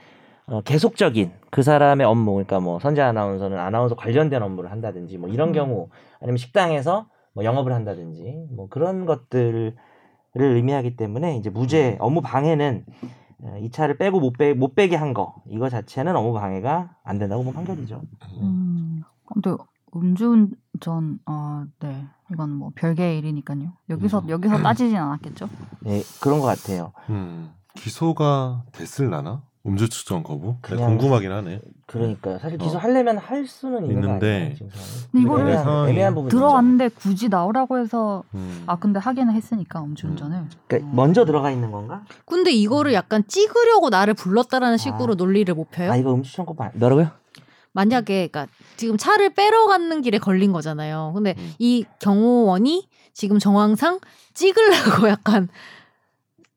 어, 계속적인 그 사람의 업무 그러니까 뭐 선재 아나운서는 아나운서 관련된 업무를 한다든지 뭐 이런
음.
경우 아니면 식당에서 뭐 영업을 한다든지 뭐 그런 것들을 의미하기 때문에 이제
음.
무죄 업무 방해는 어, 이 차를 빼고 못, 빼, 못 빼게 한 거 이거 자체는 업무 방해가 안 된다고 본 판결이죠.
음, 근데 음주운전 아, 네. 이건 뭐 별개의 일이니까요. 여기서
음.
여기서 따지진 않았겠죠?
예, 그런 것 같아요.
음, 기소가 됐을라나? 음주 측정 거부? 네,
그냥-
궁금하긴 하네.
그러니까요. 사실
어.
기소하려면 할 수는 있는 거
있는데
아니에요, 지금
근데
상황이?
이거를
애매한-
상황이
애매한 부분이
들어왔는데 굳이 나오라고 해서
음.
아 근데 하기는 했으니까 음주운전을
그러니까 먼저 들어가 있는 건가?
근데 이거를 약간 찍으려고 나를 불렀다라는 식으로
아.
논리를 못 펴요.
아 이거 음주청구 반 뭐라고요?
만약에 그러니까 지금 차를 빼러 가는 길에 걸린 거잖아요. 근데
음.
이 경호원이 지금 정황상 찍으려고 [laughs] 약간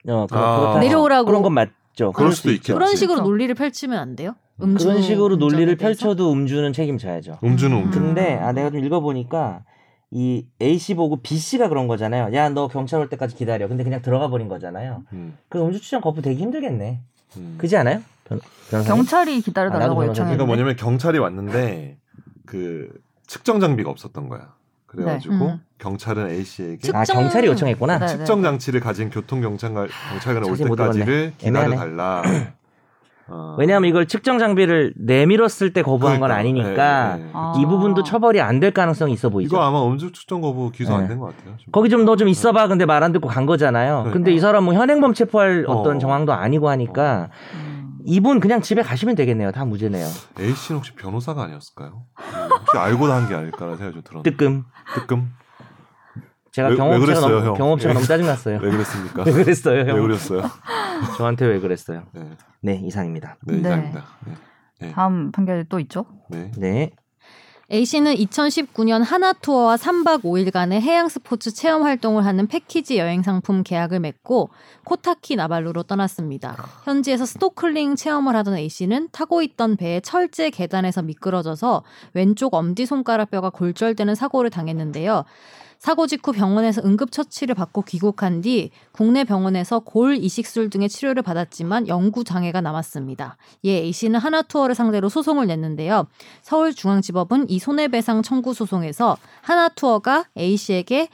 어, 그,
아.
그렇다.
내려오라고.
그런 건 맞죠.
그럴 수도 있겠지.
그런 식으로
그렇죠.
논리를 펼치면 안 돼요?
음,
음주
음. 그런 식으로 논리를
운전에 대해서?
펼쳐도 음주는 책임져야죠.
음주는
음.
음주.
근데 아 내가 좀 읽어보니까 이 A 씨 보고 B 씨가 그런 거잖아요. 야 너 경찰 올 때까지 기다려. 근데 그냥 들어가 버린 거잖아요.
음,
그 음주 추정 거부 되기 힘들겠네.
음.
그지 않아요? 변- 변호사님?
경찰이 기다려달라고
아, 나도
그러니까
변호사님.
요청했는데
뭐냐면 경찰이 왔는데 그 측정 장비가 없었던 거야. 그래가지고
네. 음.
경찰은 A 씨에게
측-
아 경찰이 요청했구나.
네.
측정 장치를 가진 교통 경찰관 경찰관이 올
자세히 못
때까지를
애매하네.
기다려
[clears throat]
달라. 어.
왜냐하면 이걸 측정 장비를 내밀었을 때 거부한 건
그러니까,
아니니까
예, 예, 예.
아.
이 부분도 처벌이 안 될 가능성이 있어 보이죠.
이거 아마 음주 측정 거부 기소
네.
안 된 것 같아요. 지금.
거기 좀 너 좀 있어봐. 근데 말 안 듣고 간 거잖아요. 근데 이 사람 뭐 현행범 체포할 어. 떤
네. 어.
정황도 아니고 하니까
음.
이분 그냥 집에 가시면 되겠네요. 다 무죄네요.
A 씨는 혹시 변호사가 아니었을까요? 음, 혹시 알고 한 게 아닐까라는 생각이 좀 들었는데
뜨끔.
뜨끔
제가
왜- 왜
경험치가
그랬어요,
너무
형?
경험치가
예.
너무 짜증났어요.
왜 그랬습니까?
[laughs] 왜 그랬어요,
왜
형?
그랬어요?
저한테 왜 그랬어요?
네,
네, 이상입니다.
네,
네.
이상입니다. 네.
다음 판결이 또 있죠?
네.
네.
A씨는 2019년 하나투어와 3박 5일간의 해양 스포츠 체험 활동을 하는 패키지 여행 상품 계약을 맺고 코타키 나발루로 떠났습니다. 현지에서 스노클링 체험을 하던 A씨는 타고 있던 배의 철제 계단에서 미끄러져서 왼쪽 엄지손가락뼈가 골절되는 사고를 당했는데요. 사고 직후 병원에서 응급 처치를 받고 귀국한 뒤 국내 병원에서 골 이식술 등의 치료를 받았지만 영구 장애가 남았습니다. 이에 A씨는 하나투어를 상대로 소송을 냈는데요. 서울중앙지법은 이 손해배상 청구 소송에서 하나투어가 A씨에게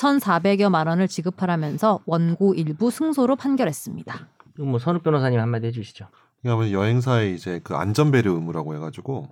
4,400여만 원을 지급하라면서 원고 일부 승소로 판결했습니다.
이거 뭐 선욱 변호사님 한마디 해주시죠.
왜냐하면 그러니까 여행사의 이제 그 안전 배려 의무라고 해가지고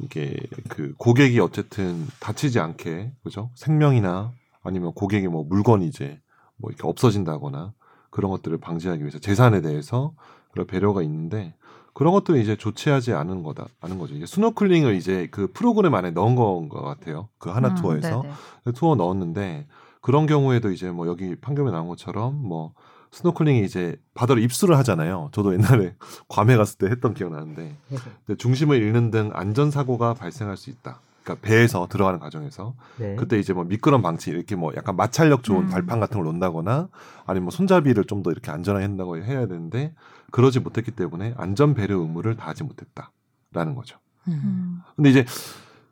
이게 그 고객이 어쨌든 다치지 않게 그죠 생명이나 아니면 고객의 뭐 물건이 이제 뭐 이렇게 없어진다거나 그런 것들을 방지하기 위해서 재산에 대해서 그런 배려가 있는데 그런 것들은 이제 조치하지 않은 거다 않은 거죠 이제 스노클링을 이제 그 프로그램 안에 넣은 건것 같아요 그 하나
음,
투어에서
네네.
투어 넣었는데 그런 경우에도 이제 뭐 여기 판결에 나온 것처럼 뭐 스노클링이 이제 바다로 입수를 하잖아요. 저도 옛날에 [laughs] 괌에 갔을 때 했던 기억나는데 근데 중심을 잃는 등 안전 사고가 발생할 수 있다. 그러니까 배에서 들어가는 과정에서
네.
그때 이제 뭐 미끄럼 방지 이렇게 뭐 약간 마찰력 좋은
음.
발판 같은 걸 놓는다거나 아니면 뭐 손잡이를 좀 더 이렇게 안전하게 한다고 해야 되는데 그러지 못했기 때문에 안전 배려 의무를 다하지 못했다라는 거죠.
음.
근데 이제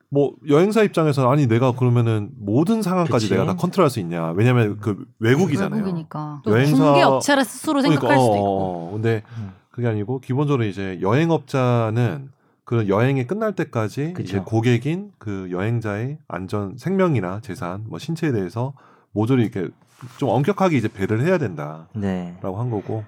뭐 여행사 입장에서는 아니 내가 그러면은 모든 상황까지
그치.
내가 다 컨트롤할 수 있냐 왜냐면 그 외국이잖아요.
외국이니까. 어.
또
여행사-
중개업체라 스스로 생각할
그러니까,
수도
어,
있고.
어, 어. 근데
음.
그게 아니고 기본적으로 이제 여행업자는 그 여행이 끝날 때까지
그죠.
이제 고객인 그 여행자의 안전 생명이나 재산 뭐 신체에 대해서 모조리 이렇게 좀 엄격하게 이제 배를 해야 된다라고
네.
한 거고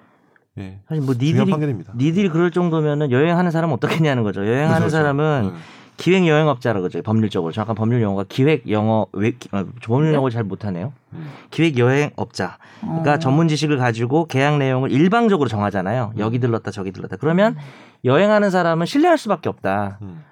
예
사실 뭐
중요한
니들이
판결입니다.
니들이 그럴 정도면은 여행하는 사람은 어떻겠냐는 거죠. 여행하는
그죠, 그죠.
사람은
네.
기획 여행업자라 그죠. 법률적으로 정확한 법률 용어가 기획 영어 왜 아, 법률 용어 잘 못하네요.
음.
기획 여행업자. 그러니까
음.
전문 지식을 가지고 계약 내용을 일방적으로 정하잖아요.
음.
여기 들렀다 저기 들렀다. 그러면 여행하는 사람은 신뢰할 수밖에 없다.
음.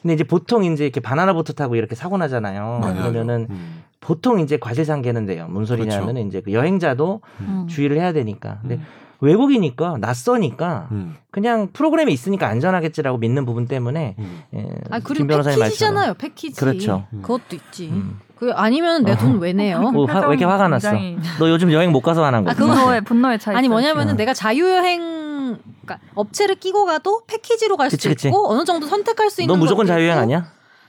근데 이제 보통 이제 이렇게 바나나 보트 타고 이렇게 사고 나잖아요.
맞아요.
그러면은
음.
보통 이제 과세상계는 돼요. 뭔 소리냐면은 이제 그 여행자도
음.
주의를 해야 되니까. 근데
그렇죠. 음.
외국이니까 낯서니까
음,
그냥 프로그램이 있으니까 안전하겠지라고 믿는 부분 때문에
음.
예,
아 그리고
김 변호사님 말처럼
패키지잖아요 패키지.
그렇죠.
음.
그것도 있지.
음.
그 아니면 내 돈 왜 내요?
오, 어, 화- 왜 이렇게 화가 났어? 너 요즘 여행 못 가서 화난 거야.
아, 그거-
분노의 분노의 차이.
[laughs] 아니 뭐냐면은
어.
내가 자유여행 그러니까 업체를 끼고 가도 패키지로 갈 수도
그치, 그치.
있고 어느 정도 선택할 수 있는
너 무조건
것도
자유여행
있고. 아,
아니야?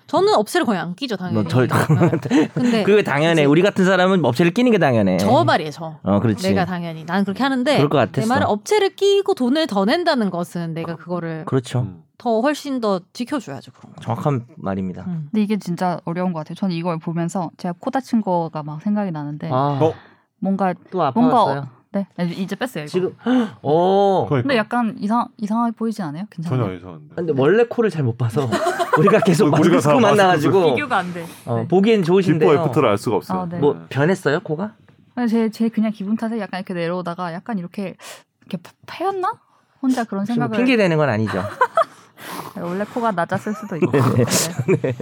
저는 업체를 거의 안 끼죠 당연히.
너 절- [laughs]
네. 근데
그게 당연해.
그치.
우리 같은 사람은 업체를 끼는 게 당연해.
저 말이에요 저.
어, 그렇지.
내가 당연히 난 그렇게 하는데
그럴 것
내
같았어.
말은 업체를 끼고 돈을 더 낸다는 것은 내가 그거를
그렇죠.
음.
더 훨씬 더 지켜줘야죠 그런 거.
정확한 말입니다.
음.
근데 이게 진짜 어려운 것 같아요. 저는 이걸 보면서 제가 코 다친 거가 막 생각이
네.
나는데
아,
어?
뭔가
또
뭔가
아파왔어요.
네 아니, 이제 뺐어요. 이거.
지금 [gasps] 오.
그러니까.
근데 약간 이상 이상하게 보이지 않아요? 괜찮아요.
전혀 이상한데.
근데 원래 코를 잘 못
[laughs]
봐서 우리가 계속
우리가 다
마스크 만나가지고
비교가 안 돼.
어,
네.
보기엔
기포
좋으신데요.
애프터를 알 수가 없어요.
아, 네.
뭐 변했어요 코가?
아니, 네, 제, 제 그냥 기분 탓에 약간 이렇게 내려오다가 약간 이렇게 이렇게 파- 파였나? 혼자 그런
지금
생각을
핑계 대는 건
[laughs]
아니죠.
원래 코가 낮았을 수도 있고. 네.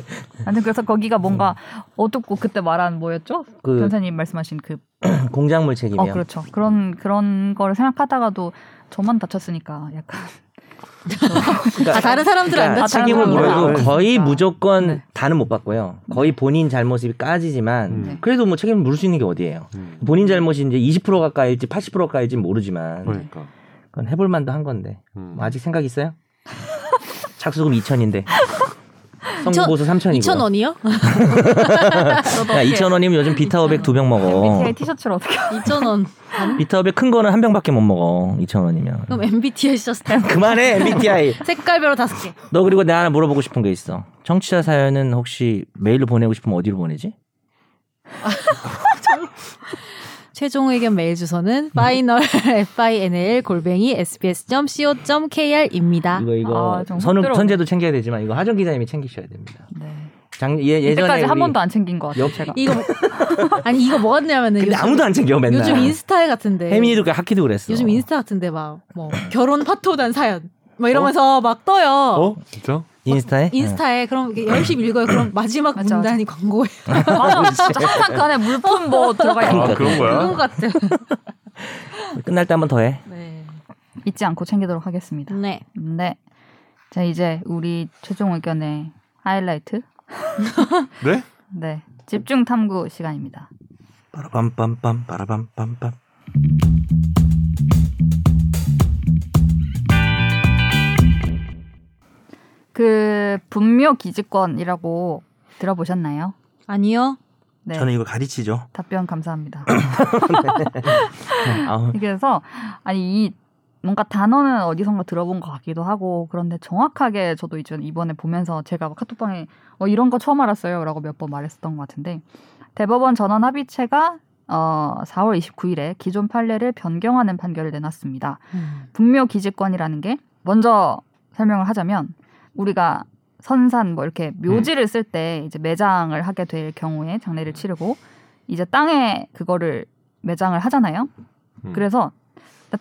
아무튼 그래서 거기가 뭔가 어둡고 그때 말한 뭐였죠?
그
변사님 말씀하신 그
공작물 책임이요.
어, 그렇죠. 그런 그런 거를 생각하다가도 저만 다쳤으니까 약간
그러니까-
아 다른 사람들 안
그러니까
아,
다치.
다른
책임을
사람들은 안
물어도
다치니까.
거의 무조건
네.
다는 못 받고요. 거의 본인 잘못이 까지지만
음.
네.
그래도 뭐 책임을 물을 수 있는 게 어디예요?
음.
본인 잘못이 이제 20% 가까이일지 80% 가까이일지 모르지만
그러니까.
그건 해볼 만도 한 건데
음.
뭐 아직 생각 있어요? [laughs] 착수금 2천인데 성공보수 3천이고
2천
[laughs]
원이요?
저도
야 2천 원이면 요즘 비타오백 두 병 먹어.
MBTI 아, 네, 티셔츠를 어떻게
2천 원.
비타오백 큰 거는 한 병밖에 못 먹어. 2천 원이면
그럼 MBTI 셔츠
그만해 MBTI.
색깔별로 다섯 개.
너 그리고 내가 하나 물어보고 싶은 게 있어. 청취자 사연은 혹시 메일로 보내고 싶으면 어디로 보내지?
최종 의견 메일 주소는 [laughs] final final 골뱅이 sbs.co.kr입니다.
이거 이거
아, 정말
선우
힘들어.
선재도 챙겨야 되지만 이거 하정 기자님이 챙기셔야 됩니다.
네.
작 예, 예전에
이때까지 한
우리-
번도 안 챙긴 것 같아요.
옆-
제가
이거 뭐- 아니 이거 뭐였냐면은
근데 아무도 안 챙겨 맨날.
요즘 인스타에 같은데
혜민이도 그 학기도 그랬어.
요즘 인스타 같은데 막 뭐
[laughs]
결혼 파토단 사연 막 이러면서 막 떠요.
어? 진짜?
인스타에
어,
네.
인스타에 그럼 이렇게 열심히 읽어요.
[laughs]
그럼 마지막
맞아,
문단이 광고에
[laughs] 맞아. 항상 그 안에 물품 뭐 들어가 있는
그러니까
아, 그런 거야?
그런 것 같아.
[laughs]
응. 끝날 때 한 번 더 해.
네.
잊지 않고 챙기도록 하겠습니다.
음.
네.
네. 자 이제 우리 최종 의견의 하이라이트
네?
네 집중 탐구 시간입니다.
빠라밤빰빰 빠라밤빰빰.
그 분묘 기지권이라고 들어보셨나요?
아니요.
네.
저는 이거 가르치죠.
답변 감사합니다. [laughs]
아우.
그래서 아니 이 뭔가 단어는 어디선가 들어본 것 같기도 하고 그런데 정확하게 저도 이제 이번에 보면서 제가 막 카톡방에 어 이런 거 처음 알았어요라고 몇 번 말했었던 것 같은데 대법원 전원 합의체가 어 4월 29일에 기존 판례를 변경하는 판결을 내놨습니다.
음.
분묘 기지권이라는 게 먼저 설명을 하자면 우리가 선산 뭐 이렇게 묘지를 쓸 때 이제 매장을 하게 될 경우에 장례를 치르고 이제 땅에 그거를 매장을 하잖아요.
음.
그래서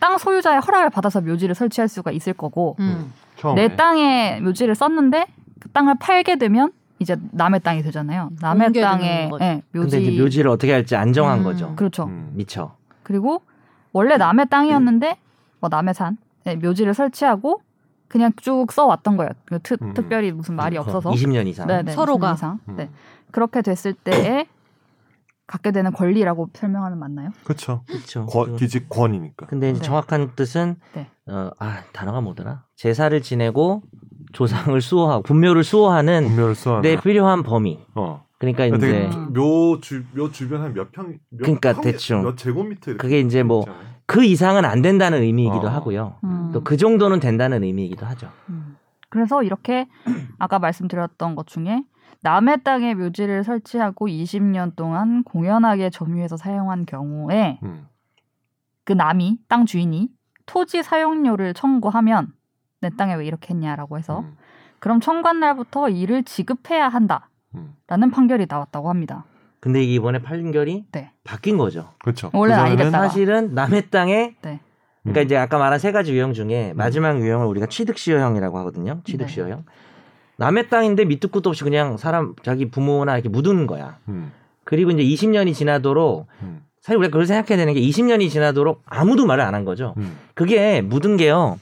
땅 소유자의 허락을 받아서 묘지를 설치할 수가 있을 거고
음.
처음에.
네.
내 땅에 묘지를 썼는데 그 땅을 팔게 되면 이제 남의 땅이 되잖아요. 남의
옮겨야
땅에
되는 거죠.
예, 묘지
근데 이제 묘지를 어떻게 할지 안정한
음.
거죠.
그렇죠.
음.
미쳐.
그리고 원래 남의 땅이었는데 뭐 남의 산 네, 묘지를 설치고 그냥 쭉 써왔던 거예요. 그 트-
음.
특별히 무슨 말이 없어서
20년 그렇죠. 이상.
네네,
서로가.
10년 이상.
음.
네. 그렇게 됐을 때에 갖게 되는 권리라고 설명하면 맞나요?
그렇죠.
그렇죠.
권, 기지권이니까.
근데 이제
네.
정확한 뜻은
네.
어, 아 단어가 뭐더라? 제사를 지내고 조상을 수호하고 분묘를 수호하는
분묘를 수하는.
내 필요한 범위.
어.
그러니까 이제
음. 되게
음.
묘주묘 주변 한 몇 평, 몇
그러니까
평에-
대충.
몇 제곱미터 이렇게
그게 이제 뭐 그
있잖아요.
이상은 안 된다는 의미이기도
어.
하고요.
음.
또 그 정도는 된다는 의미이기도 하죠.
음. 그래서 이렇게 아까 말씀드렸던 것 중에 남의 땅에 묘지를 설치하고 20년 동안 공연하게 점유해서 사용한 경우에
음.
그 남이 땅 주인이 토지 사용료를 청구하면 내 땅에 왜 이렇게 했냐라고 해서
음.
그럼 청관날부터 이를 지급해야 한다라는
음.
판결이 나왔다고 합니다.
근데 이게 이번에 판결이
네.
바뀐 거죠.
그렇죠.
원래
그전에는
아니랬다가.
사실은 남의 땅에
네.
그러니까
음.
이제 아까 말한 세 가지 유형 중에 마지막 유형을 우리가 취득시효형이라고 하거든요.
네.
취득시효형. 남의 땅인데 밑도 끝도 없이 그냥 사람 자기 부모나 이렇게 묻은 거야.
음.
그리고 이제 20년이 지나도록
음.
사실 우리가 그걸 생각해야 되는 게 20년이 지나도록 아무도 말을 안 한 거죠.
음.
그게 묻은 게요.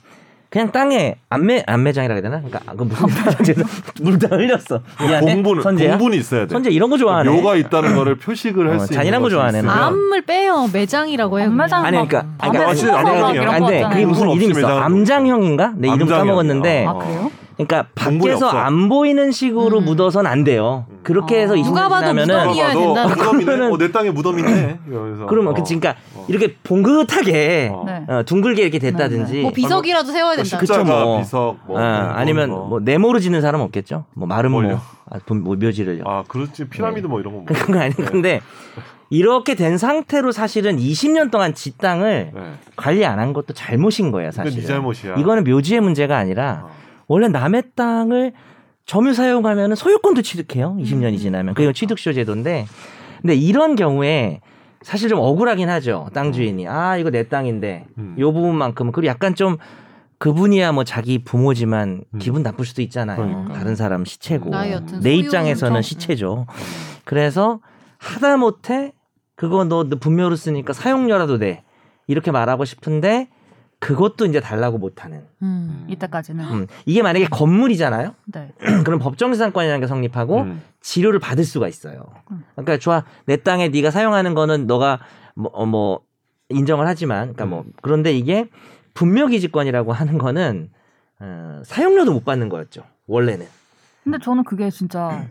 그냥 땅에 안매 안매장이라 해야 되나? 그러니까 아, 그
[laughs]
무슨 물다 흘렸어. 미안해.
공분
선재야.
공분이 있어야 돼.
선재 이런 거 좋아하네.
요가 있다는 거를 표식을 할
어,
수 있는
잔인한 거
것이
좋아하네.
있으면
암을 빼요. 매장이라고 해요. 그냥.
암매장.
아니 그러니까
아,
그러니까
아, 진짜
아니,
암매장이라고
아니, 안 돼.
하잖아요.
그게 무슨
공분
이름
없이
있어.
매장하는
암장형인가? 내 이름
암장형이야.
까먹었는데.
아
어.
그래요?
그러니까
공분이
밖에서
없어.
안 보이는 식으로
음. 아.
묻어선 안 돼요.
음.
그렇게
어.
해서 20년
누가 봐도
지나면은
무덤이야.
누가 봐도 어,
된다.
무덤이네.
그러면은-
어, 내 땅에 무덤이네. 이러면서.
아, 그러면
어.
그 그러니까
어.
이렇게 봉긋하게
어.
네.
어, 둥글게 이렇게 됐다든지
뭐 비석이라도 세워야
그러니까
된다.
그쵸,
십자가
뭐.
비석 뭐
어,
공분,
아니면
뭐.
뭐 네모로 짓는 사람 없겠죠. 뭐 마른 모,
뭘요?
아, 분- 뭐 묘지를요.
아 그렇지 피라미드 뭐 이런 거. 뭐.
[laughs] 그건 아닌 건데 이렇게 된 상태로 사실은 20년 동안 지 땅을
네.
관리 안 한 것도 잘못인 거예요,
근데
사실은.
네 잘못이야.
이거는 묘지의 문제가 아니라
어.
원래 남의 땅을 점유 사용하면 소유권도 취득해요. 20년이
음.
지나면. 그게 취득쇼 제도인데. 근데 이런 경우에 사실 좀 억울하긴 하죠. 땅 주인이. 아, 이거 내 땅인데.
음.
요 부분만큼은. 그리고 약간 좀 그분이야 뭐 자기 부모지만
음.
기분 나쁠 수도 있잖아요.
그러니까.
다른 사람 시체고.
다이어트.
내 입장에서는
소유물처럼.
시체죠. 그래서 하다 못해 그거 너 분묘로 쓰니까 사용료라도 내. 이렇게 말하고 싶은데 그것도 이제 달라고 못하는.
음.
이때까지는.
음. 이게 만약에 건물이잖아요. [clears throat]
네.
그럼 법정지상권이라는 게 성립하고
음.
지료를 받을 수가 있어요.
음.
그러니까 좋아 내 땅에 네가 사용하는 거는 너가 뭐, 어, 뭐 인정을 하지만 그러니까 뭐 그런데 이게 분묘기지권이라고 하는 거는 어, 사용료도 못 받는 거였죠 원래는.
근데 저는 그게 진짜
음.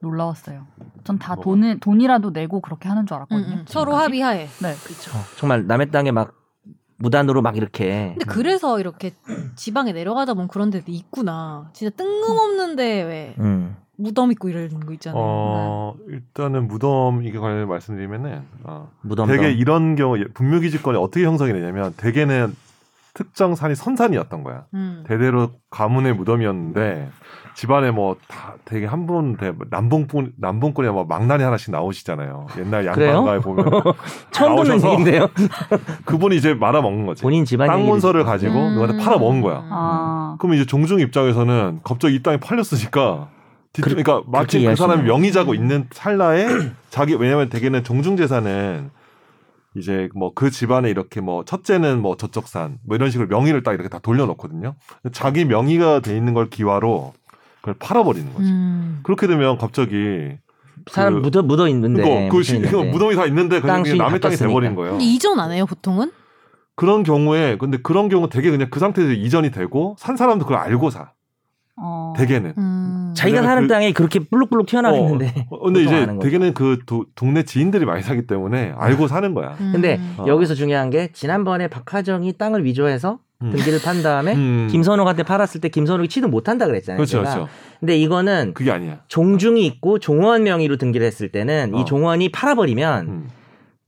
놀라웠어요. 전 다
뭐가?
돈을 돈이라도 내고 그렇게 하는 줄
음,
알았거든요.
음. 서로 합의하에.
네.
어, 정말 남의 땅에 막 무단으로 막 이렇게.
근데 그래서 이렇게 지방에 내려가다 보면 그런 데도 있구나. 진짜 뜬금없는데 왜
음.
무덤 있고 이러는 거 있잖아요.
어 일단은 무덤 이게 관련 말씀드리면은 어,
무덤.
되게 이런 경우 분묘기지권이 어떻게 형성이 되냐면 대개는 특정 산이 선산이었던 거야.
음.
대대로 가문의 무덤이었는데 집안에 뭐 다 되게 한 분 남봉꾼 남봉꾼이 막 망나니 하나씩 나오시잖아요. 옛날
그래요?
양반가에 보면
처음 듣는
나오셔서 [laughs]
얘기인데요.
그분이 이제 말아 먹는 거지.
본인 집안
땅
얘기를
문서를
듣고.
가지고
음.
누구한테 팔아 먹은 거야.
음.
아.
그럼 이제 종중 입장에서는 갑자기 이 땅이 팔렸으니까 뒤-
그렇-
그러니까 마침
그렇게
그 사람이
이해하시나요? 음.
명의자고 있는
[clears throat]
찰나에 자기 왜냐면 대개는 종중 재산은 이제 뭐 그 집안에 이렇게 뭐 첫째는 뭐 저쪽 산뭐 이런 식으로 명의를 딱 이렇게 다 돌려놓거든요. 근데 자기 명의가 돼 있는 걸 기와로 그걸 팔아버리는 거지.
음.
그렇게 되면 갑자기
사람
그-
묻어 묻어 있는데.
그거 그
묻혀
시-
있는데.
그 무덤이 다 있는데 그냥
네, 땅
그냥
수익이
남의 땅이
바뀌었으니까.
돼버린 거예요.
근데 이전 안 해요 보통은?
그런 경우에 근데 그런 경우 되게 그냥 그 상태에서 이전이 되고 산 사람도 그걸 알고 사.
어.
대개는.
음.
자기가
왜냐면
사는
그-
땅에 그렇게 블록블록 튀어나오는데.
어, 근데
보통
이제
아는 거죠.
대개는 그 도- 동네 지인들이 많이 사기 때문에 알고 사는 거야.
음.
근데
어.
여기서 중요한 게 지난번에 박하정이 땅을 위조해서
음.
등기를 판
네?
다음에
음.
김선호한테 팔았을 때 김선호가 취득 못한다 그랬잖아요.
그렇죠,
제가.
그렇죠.
근데 이거는
그게 아니야.
종중이 있고 종원 명의로 등기를 했을 때는
어.
이 종원이 팔아버리면
음.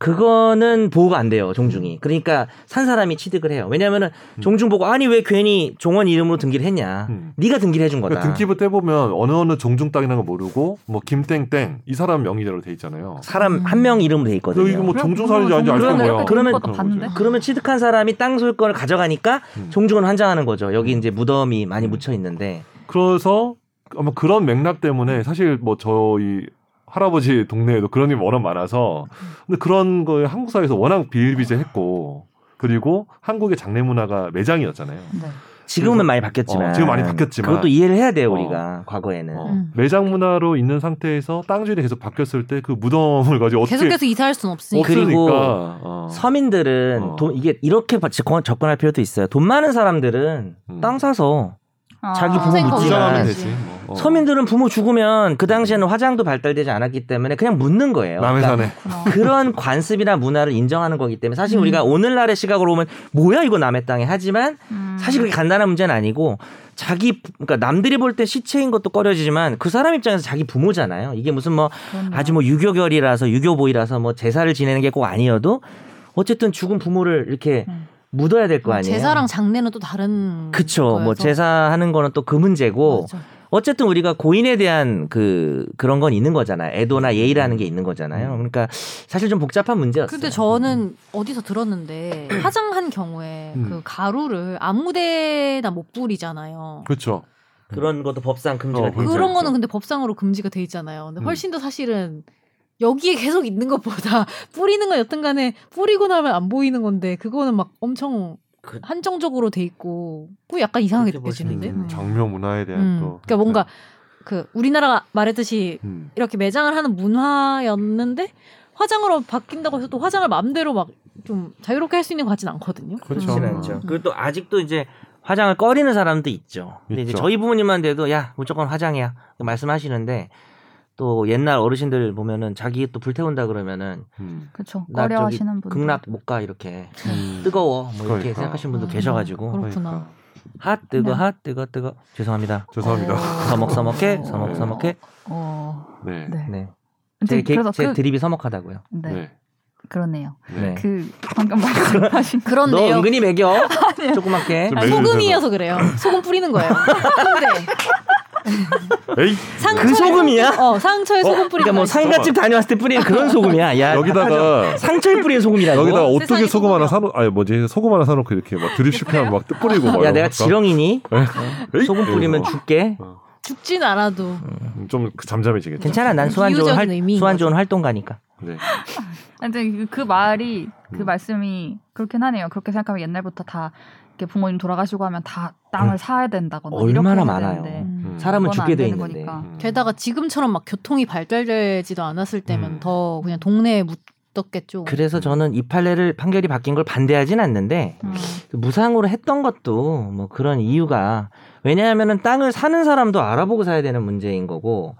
그거는 보호가 안 돼요 종중이. 그러니까 산 사람이 취득을 해요. 왜냐하면은
음.
종중 보고 아니 왜 괜히 종원 이름으로 등기를 했냐.
음.
네가 등기를 해준 거다.
그러니까 등기부 떼 보면 어느 어느 종중 땅이라는 걸 모르고 뭐 김땡땡 이 사람 명의대로 돼 있잖아요.
사람 한 명 이름으로 돼 있거든요.
여기 뭐
그래?
종중 사는지 아닌지
그러면
알수 있는 거야.
이렇게 그러면-
그런
봤는데?
거죠.
그러면 취득한 사람이 땅 소유권을 가져가니까
음.
종중은 환장하는 거죠. 여기 이제 무덤이 많이 묻혀 있는데.
그래서 아마 그런 맥락 때문에 사실 뭐 저희 할아버지 동네에도 그런 일이 워낙 많아서 근데 그런 거에 한국 사회에서 워낙 비일비재했고 그리고 한국의 장례 문화가 매장이었잖아요.
네.
지금은 많이 바뀌었지만
어, 지금 많이 바뀌었지만.
그것도 이해를 해야 돼요
어.
우리가 과거에는
어,
음.
매장 문화로 있는 상태에서 땅 주인이 계속 바뀌었을 때 그 무덤을 가지고 어떻게
계속해서 이사할 수는
없으니까
없으니까.
그- 그리고
어.
서민들은
어.
돈 이게 이렇게 바- 접근- 접근할 필요도 있어요 돈 많은 사람들은
음.
땅 사서 자기
아.
부모
묻지
주장하면
묻지만.
되지. 뭐. 어.
서민들은 부모 죽으면 그 당시에는 화장도 발달되지 않았기 때문에 그냥 묻는 거예요
남의
그러니까
산에
그렇구나.
[laughs] 그런 관습이나 문화를 인정하는 거기 때문에 사실
음.
우리가 오늘날의 시각으로 보면 뭐야 이거 남의 땅에 하지만
음.
사실 그렇게 간단한 문제는 아니고 자기 부- 그러니까 남들이 볼 때 시체인 것도 꺼려지지만 그 사람 입장에서 자기 부모잖아요 이게 무슨 뭐
그렇네요.
아주 뭐 유교결이라서 유교보이라서 뭐 제사를 지내는 게 꼭 아니어도 어쨌든 죽은 부모를 이렇게
음.
묻어야 될 거 아니에요.
뭐 제사랑 장례는 또 다른.
그쵸. 뭐
거여서.
제사하는 거는 또 그
뭐
문제고
맞아.
어쨌든 우리가 고인에 대한 그 그런 건 있는 거잖아요. 애도나 예의라는 게 있는 거잖아요. 그러니까 사실 좀 복잡한 문제였어요.
음. 근데 저는 어디서 들었는데 화장한 경우에
음.
그 가루를 아무데나 못 뿌리잖아요.
그렇죠.
그런 것도 법상 금지가
어,
되
그렇죠.
죠 음.
그런 거는 근데 법상으로 금지가 돼 있잖아요. 근데 훨씬 더 사실은 여기에 계속 있는 것보다 [laughs] 뿌리는 건 여튼간에 뿌리고 나면 안 보이는 건데 그거는 막 엄청
그-
한정적으로 돼 있고 그 약간 이상하게
그렇게 네, 보시면
느껴지는데.
음,
장묘 문화에 대한
음.
또
그러니까 뭔가 그 우리나라가 말했듯이
음.
이렇게 매장을 하는 문화였는데 화장으로 바뀐다고 해서 또 화장을 마음대로 막 좀 자유롭게 할 수 있는 것 같진 않거든요.
그렇죠.
그렇진 않죠. 그리고 또 아직도 이제 화장을 꺼리는 사람도 있죠. 근데 이제
있죠.
저희 부모님한테도 야 무조건 화장이야 말씀하시는데 또 옛날 어르신들 보면은 자기 또 불태운다 그러면은
음.
그렇죠.
나 저기
꺼려하시는 분들.
극락 못 가 이렇게
음.
뜨거워 뭐 이렇게
그러니까.
생각하시는 분도
음.
계셔가지고
그렇구나.
핫 뜨거
네.
핫 뜨거 뜨거 죄송합니다.
죄송합니다.
서먹서먹해,
서먹서먹해.
어,
[laughs] 네.
네.
어. 네. 제,
아무튼
개-
그래서
제
그,
드립이 서먹하다고요.
네,
네.
그러네요.
네.
그 방금 말씀하신
너
그런데요.
은근히 매겨 조그맣게.
좀
아,
매일
소금이어서 그래요. 소금 뿌리는 거예요. [laughs] 근데
에이
상처에,
그 소금이야?
어, 상처에 소금 뿌리는
그러니까 뭐
거 있어.
상가집 다녀왔을 때 뿌리는 그런 소금이야. 야,
네. 여기다가
[laughs] 상처에 뿌리는 소금이라고.
여기다
세상에
어떻게 소금 하나
소금이요.
사놓 아니 뭐지 소금 하나 사놓고 이렇게 막 드립 실패하면 막 뿌리고 막
야
이러고
내가
할까?
지렁이니
에이?
소금 뿌리면
이러고.
줄게
죽진 않아도
좀그 잠잠해지겠죠.
괜찮아 난 소환 좋은
비유적인
활
의미인
소환
거죠.
좋은 활동가니까
음,
네.
근데 그- 그 말이 그
음.
말씀이 그렇긴 하네요. 그렇게 생각하면 옛날부터 다 이렇게 부모님 돌아가시고 하면 다 땅을
음.
사야 된다거나
얼마나
이렇게 해야
많아요.
되는데
음.
사람은
그건
죽게
안
돼
되는
있는데
거니까.
음.
게다가 지금처럼 막 교통이 발달되지도 않았을 때면
음.
더 그냥 동네에 묻었겠죠.
그래서 저는 이 판례를 판결이 바뀐 걸 반대하진 않는데 그
음.
무상으로 했던 것도 뭐 그런 이유가 왜냐하면은 땅을 사는 사람도 알아보고 사야 되는 문제인 거고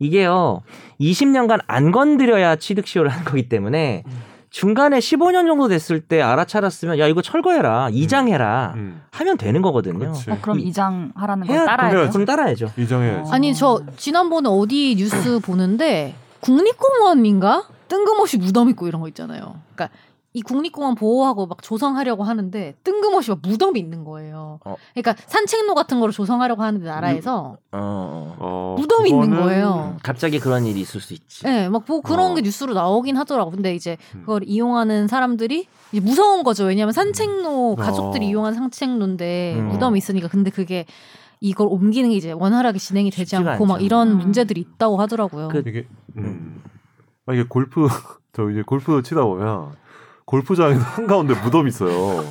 이게요 20년간 안 건드려야 취득 시효를 하는 거기 때문에 중간에 15년 정도 됐을 때 알아차렸으면 야 이거 철거해라 이장해라
음.
하면 되는 거거든요.
그치.
어, 그럼
이-
이장하라는 걸
해야
따라야죠. [laughs]
그럼 따라야죠.
이정해.
어.
아니 저 지난번에 어디 뉴스 보는데 국립공원인가 뜬금없이 무덤 있고 이런 거 있잖아요. 그러니까 이 국립공원 보호하고 막 조성하려고 하는데 뜬금없이 막 무덤이 있는 거예요.
어.
그러니까 산책로 같은 거를 조성하려고 하는데 나라에서
어.
어,
무덤이 있는
그거는-
거예요.
갑자기 그런 일이 있을 수 있지.
예, 막 뭐 그런
어.
게 뉴스로 나오긴 하더라고. 근데 이제
음.
그걸 이용하는 사람들이 이제 무서운 거죠. 왜냐하면 산책로
어.
가족들이 이용한 산책로인데
음.
무덤이 있으니까. 근데 그게 이걸 옮기는 게 이제 원활하게 진행이 되지
쉽지가
않고 막
않죠.
이런
음.
문제들이 있다고 하더라고요.
그-
이게 음. 아, 이게 골프 [laughs] 저 이제 골프 치다 보면 골프장에서 [laughs] 한 가운데 무덤 이 있어요.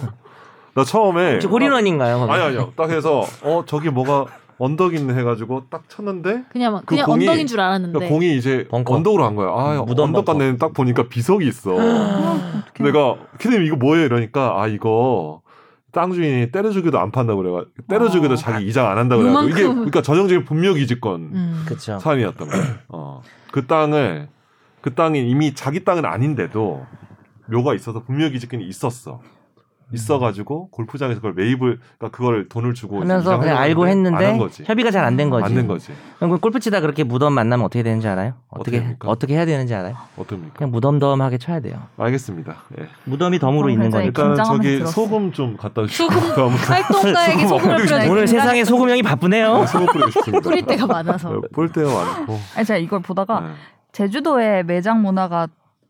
나 처음에
저 고린원인가요? 거기?
아니 아니요. 딱 해서 어 저기 뭐가 언덕 있네 해가지고 딱 쳤는데
그냥 막
그
그냥
공이-
언덕인 줄
그러니까
알았는데
공이 이제
벙커. 음,
언덕으로 간 거야. 아
무덤
언덕
벙커.
갔네. 딱 보니까 비석이 있어.
아,
내가 키님 이거 뭐예요? 이러니까 아 이거 땅 주인이 때려주기도 안 판다 그래가 때려주기도
어.
자기 이장 안 한다 그래가지고 이게
요만큼은-
그러니까 전형적인 분묘기지권
아. 음.
그쵸.
사안이었단 말이야. 어. 그 땅을 그 땅이 이미 자기 땅은 아닌데도 묘가 있어서 분묘기지권이 있었어. 있어가지고 골프장에서 그걸 매입을 그러니까 그걸 돈을 주고
하면서
이장하려고
그냥 알고 했는데
뭐 안한 거지.
협의가 잘 안 된 거지.
안된 거지.
그럼 골프 치다 그렇게 무덤 만나면 어떻게 되는지 알아요?
어떻게
어떻게 어떻게,
됩니까?
해야 되는지 알아요?
어떻습니까?
그냥 무덤덤하게 쳐야 돼요.
알겠습니다. 예.
무덤이 덤으로
어,
있는
굉장히
거니까.
일단은
긴장하면서
저기
들었어요.
소금 좀 갖다 주시고
[laughs]
소금
아무튼
활동가에게
소금
소금을
먹고
뿌려야
오늘
되니까
세상에 소금 형이 바쁘네요.
소금 뿌리고 싶습니다.
뿌릴 때가
[laughs]
많아서
네, 뿌릴 때가 많고.
아니, 제가 이걸 보다가
네.
제주도의 매장 문화가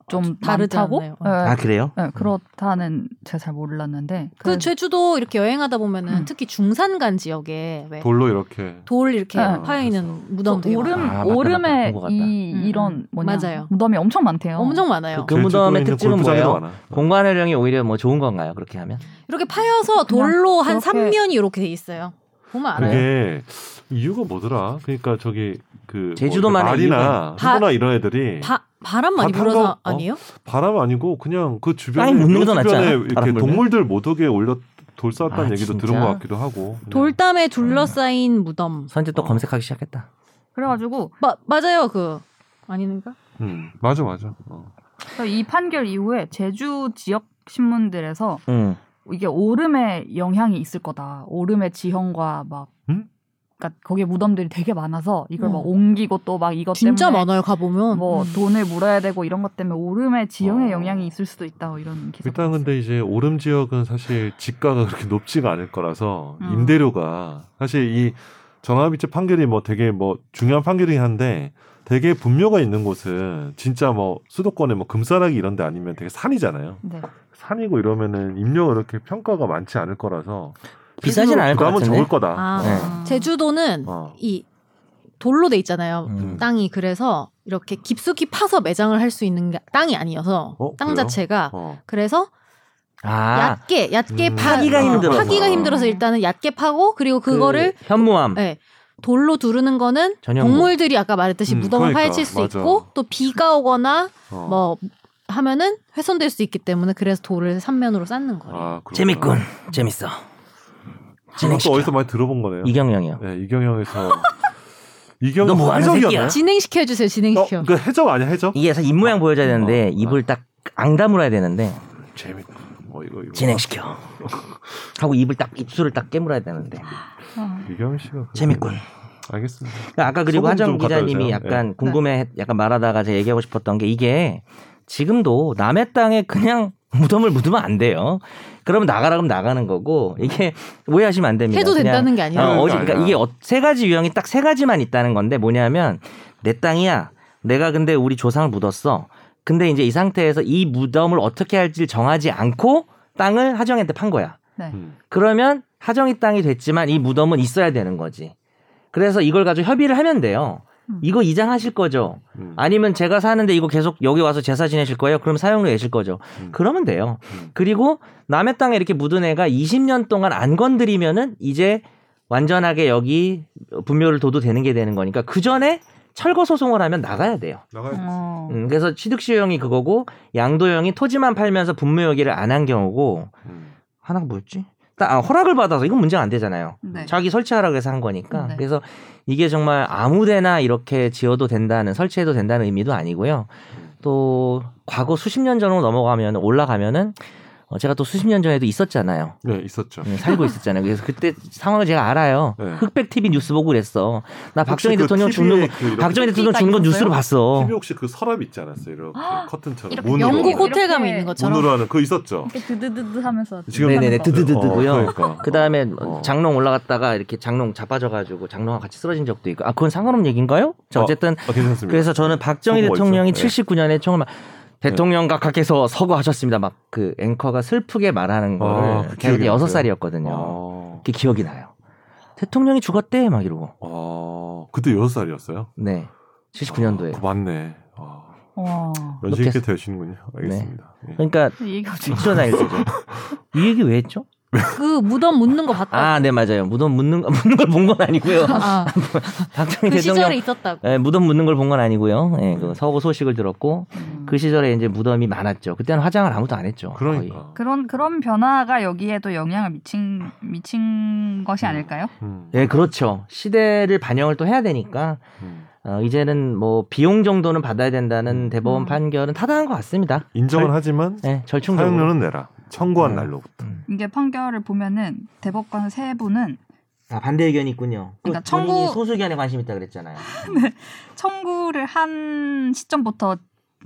좀
다르지
많다고?
않나요?
예,
아 그래요?
예, 그렇다는 제가 잘 몰랐는데
그 제주도 이렇게 여행하다 보면은
음.
특히 중산간 지역에 왜 돌,
돌로 이렇게
그러니까
이렇게
네.
파여 있는 무덤 되게
오름
많아요.
아, 맞다, 맞다.
오름에
본것 같다.
이
음,
이런 뭐냐
맞아요.
무덤이 엄청 많대요.
엄청 많아요.
그 무덤의
제주도에 있는
특징은
골프장에도
뭐예요?
많아.
공간회령이 오히려 뭐 좋은 건가요? 그렇게 하면?
이렇게 파여서 돌로
그렇게-
한삼면이 이렇게 돼 있어요. 보면 알아요.
그게 이유가 뭐더라? 그러니까 저기 그
제주도만의
말이나
이유가-
누구나 이런 애들이
바, 바람 많이
바- 예. 탄거-
불어서
어?
아니에요?
바람 아니고 그냥 그 주변에
땅에 묻는
그
것도 낫지
주변에
않아요?
이렇게
바람 불면?
동물들 못 오게 올려 돌
아,
쌓았다는 얘기도
진짜?
들은 것 같기도 하고.
돌담에 둘러싸인 무덤.
선제 또
어.
검색하기 시작했다.
그래가지고
마, 맞아요 그 아닌가?
음, 맞아 맞아. 어.
그래서 이 판결 이후에 제주 지역 신문들에서
응.
이게 오름의 영향이 있을 거다. 오름의 지형과 막
음?
그러니까 거기에 무덤들이 되게 많아서 이걸
어.
막 옮기고 또 막 이것
뭐 진짜
때문에
많아요 가 보면. 음.
뭐 돈을 물어야 되고 이런 것 때문에 오름의 지형에
어.
영향이 있을 수도 있다. 뭐 이런 기사.
일단 근데 이제 오름 지역은 사실 집가가 [laughs] 그렇게 높지가 않을 거라서
음.
임대료가 사실 이 정합입체 판결이 뭐 되게 뭐 중요한 판결이긴 한데 되게 분묘가 있는 곳은 진짜 뭐 수도권에 뭐 금사락이 이런 데 아니면 되게 산이잖아요.
네.
산이고 이러면은 임료가 이렇게 평가가 많지 않을 거라서
비싸진 않을 것
부담은
같은데.
적을 거다.
아
어.
네.
제주도는
어.
이 돌로 돼 있잖아요.
음.
땅이 그래서 이렇게 깊숙이 파서 매장을 할 수 있는 게 땅이 아니어서
어,
땅
그래요?
자체가
어.
그래서
아
얕게 얕게
음.
파,
파기가
어,
힘들어서.
파기가 힘들어서 일단은 얕게 파고 그리고 그거를
그 현무암.
예, 돌로 두르는 거는
전형목.
동물들이 아까 말했듯이
음,
무덤을
그러니까,
파헤칠 수
맞아.
있고 또 비가 오거나
어.
뭐 하면은 훼손될 수 있기 때문에 그래서 돌을 삼면으로 쌓는 거예요.
아, 그렇구나.
재밌군. 재밌어.
그것도
진행시켜.
어디서 많이 들어본 거네요.
이경영이요.
네, 이경영에서
[laughs]
이경
너뭐 하는
해적이었나요?
아.
새끼야?
진행시켜 주세요. 진행시켜.
아, 그 어, 그 해적 아니야 해적?
이게 사실 입 모양 보여줘야 되는데
어.
입을 딱 앙 다물어야 되는데
재밌군. 어 이거 이거. [laughs]
진행시켜. 하고 입을 딱 입술을 딱 깨물어야 되는데
어.
이경 씨가
재밌군.
알겠습니다.
그러니까 아까 그리고
소금
하정
좀 갖다
기자님이
주세요. 예. 네.
약간 궁금해 약간 말하다가 제가 얘기하고 싶었던 게 이게 지금도 남의 땅에 그냥 무덤을 묻으면 안 돼요. 그러면 나가라 그러면 나가는 거고 이게 오해하시면 안 됩니다.
해도
그냥
된다는 게 아니라.
어, 어디,
그러니까
그러니까 이게 어- 세 가지 유형이 딱 세 가지만 있다는 건데 뭐냐면 내 땅이야. 내가 근데 우리 조상을 묻었어. 근데 이제 이 상태에서 이 무덤을 어떻게 할지 정하지 않고 땅을 하정이한테 판 거야.
네.
음.
그러면 하정이 땅이 됐지만 이 무덤은 있어야 되는 거지. 그래서 이걸 가지고 협의를 하면 돼요.
음.
이거 이장하실 거죠?
음.
아니면 제가 사는데 이거 계속 여기 와서 제사 지내실 거예요? 그럼 사용료 내실 거죠?
음.
그러면 돼요.
음.
그리고 남의 땅에 이렇게 묻은 애가 20년 동안 안 건드리면은 이제 완전하게 여기 분묘를 둬도 되는 게 되는 거니까 그 전에 철거 소송을 하면 나가야 돼요.
나가야
어.
음, 그래서 취득시효형이 그거고 양도형이 토지만 팔면서 분묘 여기를 안 한 경우고
음.
하나가 뭐였지? 딱 아, 허락을 받아서 이건 문제가 안 되잖아요.
네.
자기 설치하라고 해서 한 거니까.
네.
그래서 이게 정말 아무데나 이렇게 지어도 된다는 설치해도 된다는 의미도 아니고요. 또 과거 수십 년 전으로 넘어가면 올라가면은 어, 제가 또 수십 년 전에도 있었잖아요.
네 있었죠.
음, 살고 있었잖아요. 그래서 그때 상황을 제가 알아요.
네.
흑백 TV 뉴스 보고 그랬어. 나 박정희
혹시 그
대통령
TV 에
죽는 거,
그 이렇게
박정희 대통령
TV가
죽는 거 뉴스로
있었어요?
봤어.
TV 혹시 그 서랍 있지 않았어요? 이렇게 커튼처럼
이렇게
문으로
영국
이렇게
호텔 가면 있는 것처럼.
문으로 하는 그거 있었죠.
이렇게 드드드드 하면서
지금
네네네, 드드드드고요.
어, 그러니까.
그 다음에
어.
장롱 올라갔다가 이렇게 장롱 자빠져가지고 장롱과 같이 쓰러진 적도 있고. 아, 그건 상관없는 얘기인가요? 자, 어쨌든
어, 괜찮습니다.
그래서 저는 박정희
서구가
대통령이
있죠. 예. 네.
79년에 정말 대통령 각하께서 서거하셨습니다. 막 그 앵커가 슬프게 말하는
아,
거를
그
제가
기억이
그때 여섯
나세요?
살이었거든요.
어.
그게 기억이 나요. 대통령이 죽었대 막 이러고.
어. 그때 여섯 살이었어요.
네.
그
79년도에.
맞네. 어.
와.
연식 있게
이렇게
되시는군요. 알겠습니다. 예.
그러니까
얘기가 갑자기
직전에 이 얘기 왜 했죠?
그 무덤 묻는 거 봤다.
아, 네 맞아요. 무덤 묻는 거- 묻는 걸 본 건 아니고요.
아,
박정희
그
대통령
시절에 있었다고.
예, 무덤 묻는 걸 본 건 아니고요. 예, 그 서부 소식을 들었고
음.
그 시절에 이제 무덤이 많았죠. 그때는 화장을 아무도 안 했죠. 거의.
그러니까.
그런 그런 변화가 여기에도 영향을 미친 미친 것이 아닐까요?
음.
예, 그렇죠. 시대를 반영을 또 해야 되니까
음.
어, 이제는 뭐 비용 정도는 받아야 된다는 대법원
음.
판결은 타당한 것 같습니다.
인정은
절-
하지만
예, 절충적으로.
사용료는 내라. 청구한
음.
날로부터.
이게 판결을 보면은 대법관 세 분은
아, 반대 의견이 있군요. 그
그러니까
본인이
청구-
소수 의견에 관심 있다 그랬잖아요.
청구를 한 시점부터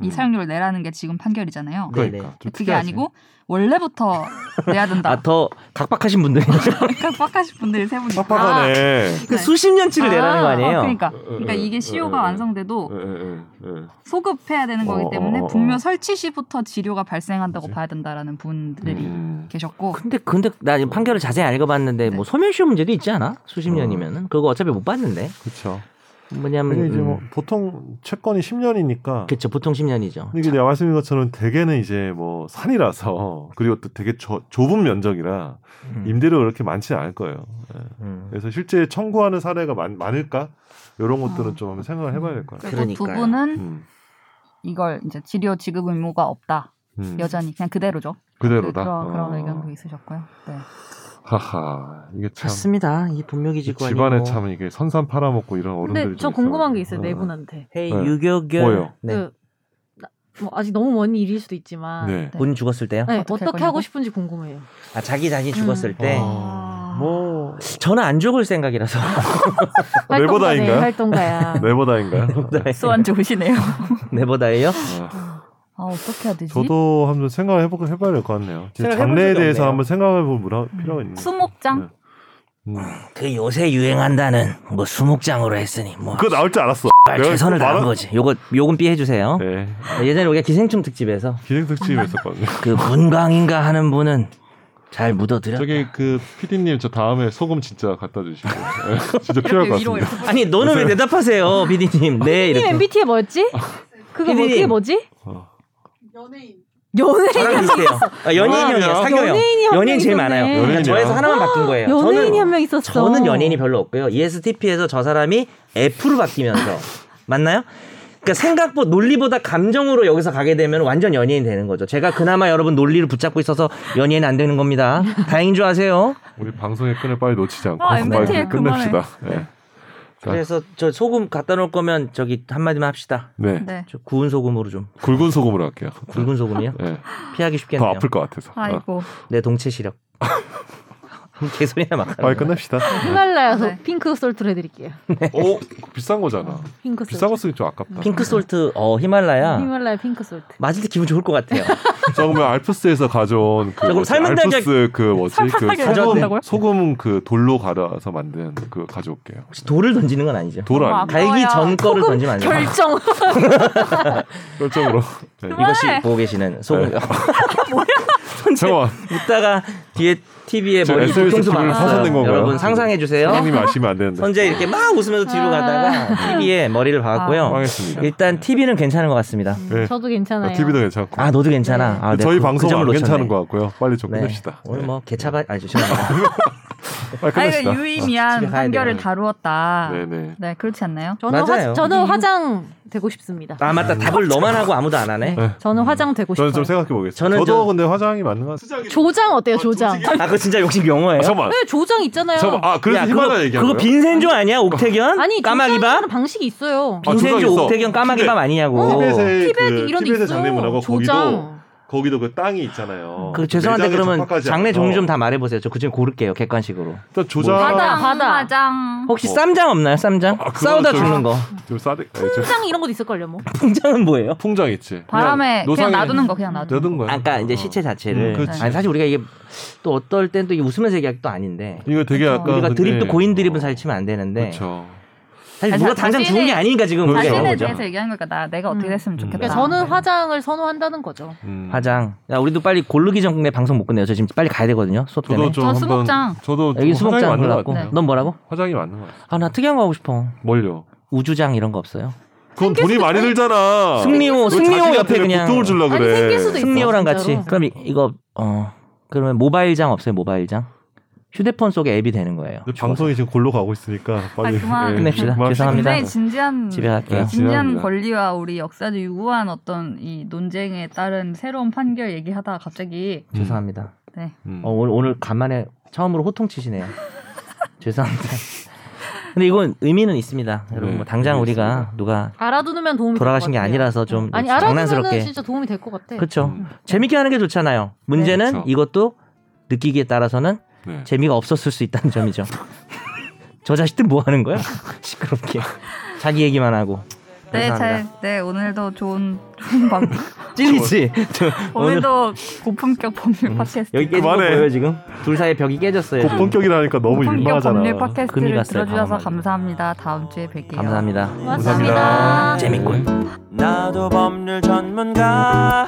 이
음.
사용료를 내라는 게 지금 판결이잖아요.
네,
그러니까. 좀
그게
특이하지.
아니고 원래부터 내야 된다.
아, 더 각박하신 분들이
그러니까 빡하신 분들이 세 분이. 아.
빡빡하네.
[laughs]
예,
그 수십 년치를
아,
내라는 거 아니에요?
어, 그러니까
어, 어,
그러니까
어,
이게
어,
CO가
어, 어.
완성돼도
예, 예, 예, 예.
소급해야 되는
어,
거기 때문에
어, 어.
분묘 설치 시부터 지료가 발생한다고
그치?
봐야 된다라는 분들이
음.
계셨고
근데 근데 나 지금 판결을 자세히 안 읽어봤는데 뭐 소멸시효 문제도 있지 않아? 수십
음.
년이면은 그거 어차피 못 봤는데
그렇죠.
뭐냐면
근데 이제 뭐
음.
보통 채권이 10년이니까
그렇죠 보통 10년이죠.
이게 내가 말씀드린 것처럼 대개는 이제 뭐 산이라서 그리고 또 되게 좁- 좁은 면적이라
음.
임대료가 그렇게 많지는 않을 거예요. 예. 그래서 실제 청구하는 사례가 많, 많을까? 이런 것들은
어.
좀 한번 생각을 해봐야 될 것 같아요.
그리고 두
그러니까요.
분은
음.
이걸 이제 지료 지급 의무가 없다.
음.
여전히 그냥 그대로죠.
그대로다.
그런, 그런
어.
의견도 있으셨고요. 네.
하하 이게 참
그렇습니다. 이 분묘기지관이
집안에
뭐
참 이게 선산 팔아먹고 이런 어른들이
근데 저
좀
궁금한 게
어.
있어요. 네 분한테.
헤이
네.
유교결
뭐요?
네.
그, 나- 뭐 아직 너무 먼 일일 수도 있지만.
네.
본 죽었을 때요?
네,
어떻게
어떻게,
할 거냐고?
하고 싶은지 궁금해요.
아 자기 자신 죽었을
어.
때 아.
뭐
저는 안 죽을 생각이라서 [laughs]
레버다인가요?
활동가네, 활동가야.
[laughs]
네버다인가요?
수완
[laughs]
좋으시네요.
네버다예요?
아,
아 어떻게 해야 되지?
저도 한번 생각을 해보, 해봐야 될 것 같네요. 제
생각해본
장래에
적이
대해서
없네요.
한번 생각해볼 문화- 필요가 있는
수목장
네. 음.
그 요새 유행한다는 뭐 수목장으로 했으니 뭐
그거 나올 줄 알았어.
X발
내가
최선을
그거
다한
말한-
거지. 요거 요건 삐해 주세요.
네.
예전에 우리가 기생충 특집에서 [laughs]
기생특집이 있었거든요.
그 문광인가 하는 분은 잘 묻어드려.
저기 그 피디님 저 다음에 소금 진짜 갖다 주시고 예, 진짜 필요할
이렇게
것
위로
같습니다.
이렇게
아니 너는 왜 대답하세요, 비디님? 네
님
이렇게.
MBTI 뭐였지? 그거 뭐,
PD님.
그게 뭐지?
어.
연예인.
저랑 비슷해요. 아, 연예인형이에요. 상여형.
연예인이 한
연예인 제일
명 있었네.
많아요.
연예인이요?
저에서 하나만 바뀐 거예요.
연예인이
저는
한 명 있었어.
저는 연예인이 별로 없고요. E ESTP에서 저 사람이 F로 바뀌면서 맞나요? 그러니까 생각보다 논리보다 감정으로 여기서 가게 되면 완전 연예인 되는 거죠. 제가 그나마 여러분 논리를 붙잡고 있어서 연예인 안 되는 겁니다. 다행인 줄 아세요?
우리 방송의 끈을 빨리 놓치지 않고
아,
빨리
MBTI
끝냅시다. 예.
그래서 저 소금 갖다 놓을 거면 저기 한마디만 합시다.
네.
[laughs]
네.
저 구운 소금으로 좀
굵은 소금으로 할게요.
굵은 소금이요.
예.
피하기
더
쉽겠네요.
아플 것 같아서. 아,
아이고.
내 동체 시력. [laughs] 개소리나 막. 하는
빨리
거야.
끝냅시다.
히말라야에서
네.
핑크 솔트를 해드릴게요.
오 비싼 거잖아.
핑크 솔트.
비싼 거 쓰기 좀 아깝다.
핑크 솔트 어 히말라야
히말라야 핑크 솔트.
맞을 때 기분 좋을 것 같아요.
저 그러면 알프스에서 가져온 그
저거
뭐지?
삶은 달걀-
알프스 그 뭐지 그
살파게
소금
가져왔다고요?
소금 그 돌로 갈아서 만든 그 가져올게요.
혹시 돌을 던지는 건 아니죠?
돌
너무
아니
갈기
아까워요.
전 거를 던지면 안 돼요.
결정.
결정으로. 네.
이것이 보고 계시는 소금.
네.
뭐야?
잠깐만.
[laughs] 웃다가 뒤에 TV에
저
머리
SBS
뒤통수
불을
박았어요.
파손된 건가요?
여러분 상상해 주세요.
사장님이 아시면 안 되는데.
선재 이렇게 막 웃으면서 뒤로 가다가 TV에 머리를 박았고요.
아, 망했습니다.
일단 TV는 괜찮은 것 같습니다.
네.
저도 괜찮아요.
TV도 괜찮고.
아 너도 괜찮아. 아, 네,
저희
그-
방송
그 점을
은
놓쳤네.
괜찮은 것 같고요. 빨리 좀
네.
끝냅시다.
오늘
네.
뭐 개차발 아니 죄송합니다.
빨리
아, 이거
끝냅시다.
어,
유의미한
집에 가야
판결을
돼요.
다루었다. 네.
네네.
그렇지 않나요?
저는
맞아요.
화, 저는 화장 되고 싶습니다.
아 맞다
네.
답을 너만 하고 아무도 안 하네.
저는 화장 되고
저는
싶어요.
좀 생각해 보겠습니다.
저는
저도
저-
근데 화장이 맞는 것 같아요.
조장 어때요? 조장.
아 그거 진짜 욕심 영어예요.
아, 잠깐만.
왜 네, 조장 있잖아요.
잠깐만. 아
야,
그래서
그거,
히말라야 얘기하는
그거
거예요? 어.
빈센조 아니야? 옥태견?
아니
뭐, 까마귀 밥?
조장하는 방식이 있어요.
아, 조장
빈센조
있어.
옥태견 까마귀
티벳.
밥 아니냐고.
티벳의
티벳
그
이런 데
티벳의
있어요.
장례 문화가 거기도
조장.
거기도 그 땅이 있잖아요.
그 죄송한데
내장에
그러면
접합하지
장례
않아서.
종류 좀 다 말해보세요. 저 그중에 고를게요. 객관식으로.
일단 조장
바다.
화장.
혹시
어.
쌈장 없나요? 쌈장?
아, 그거는
싸우다
좀- [laughs]
죽는 거.
좀 싸대. 아니, 저-
조장 이런 것도 있을걸요 뭐.
풍장은 뭐예요?
풍장 있지.
바람에 그냥
노상에
놔두는 거 그냥 놔두는 거.
놔둔 거야.
아까 이제
어.
시체 자체를.
음, 그렇지.
아니 사실 우리가 이게 또 어떨 땐 또 이게 웃으면서 얘기하기 또 아닌데.
이거 되게
그쵸.
약간
우리가 드립도
근데- 어,
고인 드립은 사실 치면 안 되는데.
그렇죠.
사실
아니,
누가
자-
당장 죽은 게
자신의-
아니니까 지금 우리가
자신에
이거죠.
대해서 얘기하는 거니까 나 내가 어떻게
음.
됐으면 좋겠다.
그러니까 저는 화장을 선호한다는 거죠.
음.
화장. 야 우리도 빨리 고르기 전에 방송 못 끝내요. 저 지금 빨리 가야 되거든요. 수업 때문에.
저도 좀
저
한번
수목장.
저도
여기
좀 화장이
수목장
맞는 것
골랐고.
같아요.
넌 뭐라고?
화장이 맞는 것 같아요.
아 나 특이한 거 하고 싶어.
뭘요?
우주장 이런 거 없어요?
그건 돈이 많이 들잖아. 그
승리호 승리호
자식한테
옆에
왜
그냥
고통을 주려
아니,
그래.
생길 수도 있-
승리호랑 같이
진짜로.
그럼 이, 이거 어 그러면 모바일장 없어요 모바일장 휴대폰 속에 앱이 되는 거예요
근데 그 방송이 지금 골로 가고 있으니까 빨리
아, 그만.
예, 음.
끝냅시다.
그만.
죄송합니다.
굉장히 [laughs] 진지한
집에 갈게요
네.
진지한
지나갑니다.
권리와 우리 역사적 유구한 어떤 이 논쟁에 따른 새로운 판결 얘기하다가 갑자기
음,
죄송합니다
네.
음.
어, 오늘 오늘 간만에 처음으로 호통
[laughs]
치시네요 죄송합니다 근데 이건 의미는 있습니다 여러분
네,
뭐 당장
의미
우리가
있습니다.
누가
알아두면 도움이
돌아가신 게
될것 같아요.
아니라서 좀
아니
장난스럽게
알아두면 진짜 도움이 될 것 같아.
그렇죠
음.
재밌게 하는 게 좋잖아요 문제는
그쵸.
이것도 느끼기에 따라서는
네.
재미가 없었을 수 있다는 점이죠. [laughs] 저 자식들 뭐 하는 거야? [laughs] 시끄럽게 자기 얘기만 하고.
네, 잘,
죄송합니다.
네 오늘도 좋은 좋은 방
찔리지. 저 오늘
오늘도 고품격 법률 팟캐스트
여기 깨진
그만해.
거 보여 지금? 둘 사이 벽이 깨졌어요. 지금.
고품격이라니까 너무
고품격
민망하잖아.
법률 팟캐스트를
금이 갔어요,
들어주셔서
방어막이.
감사합니다. 다음 주에 뵐게요.
감사합니다.
고맙습니다.
감사합니다.
재밌군.
나도 법률 전문가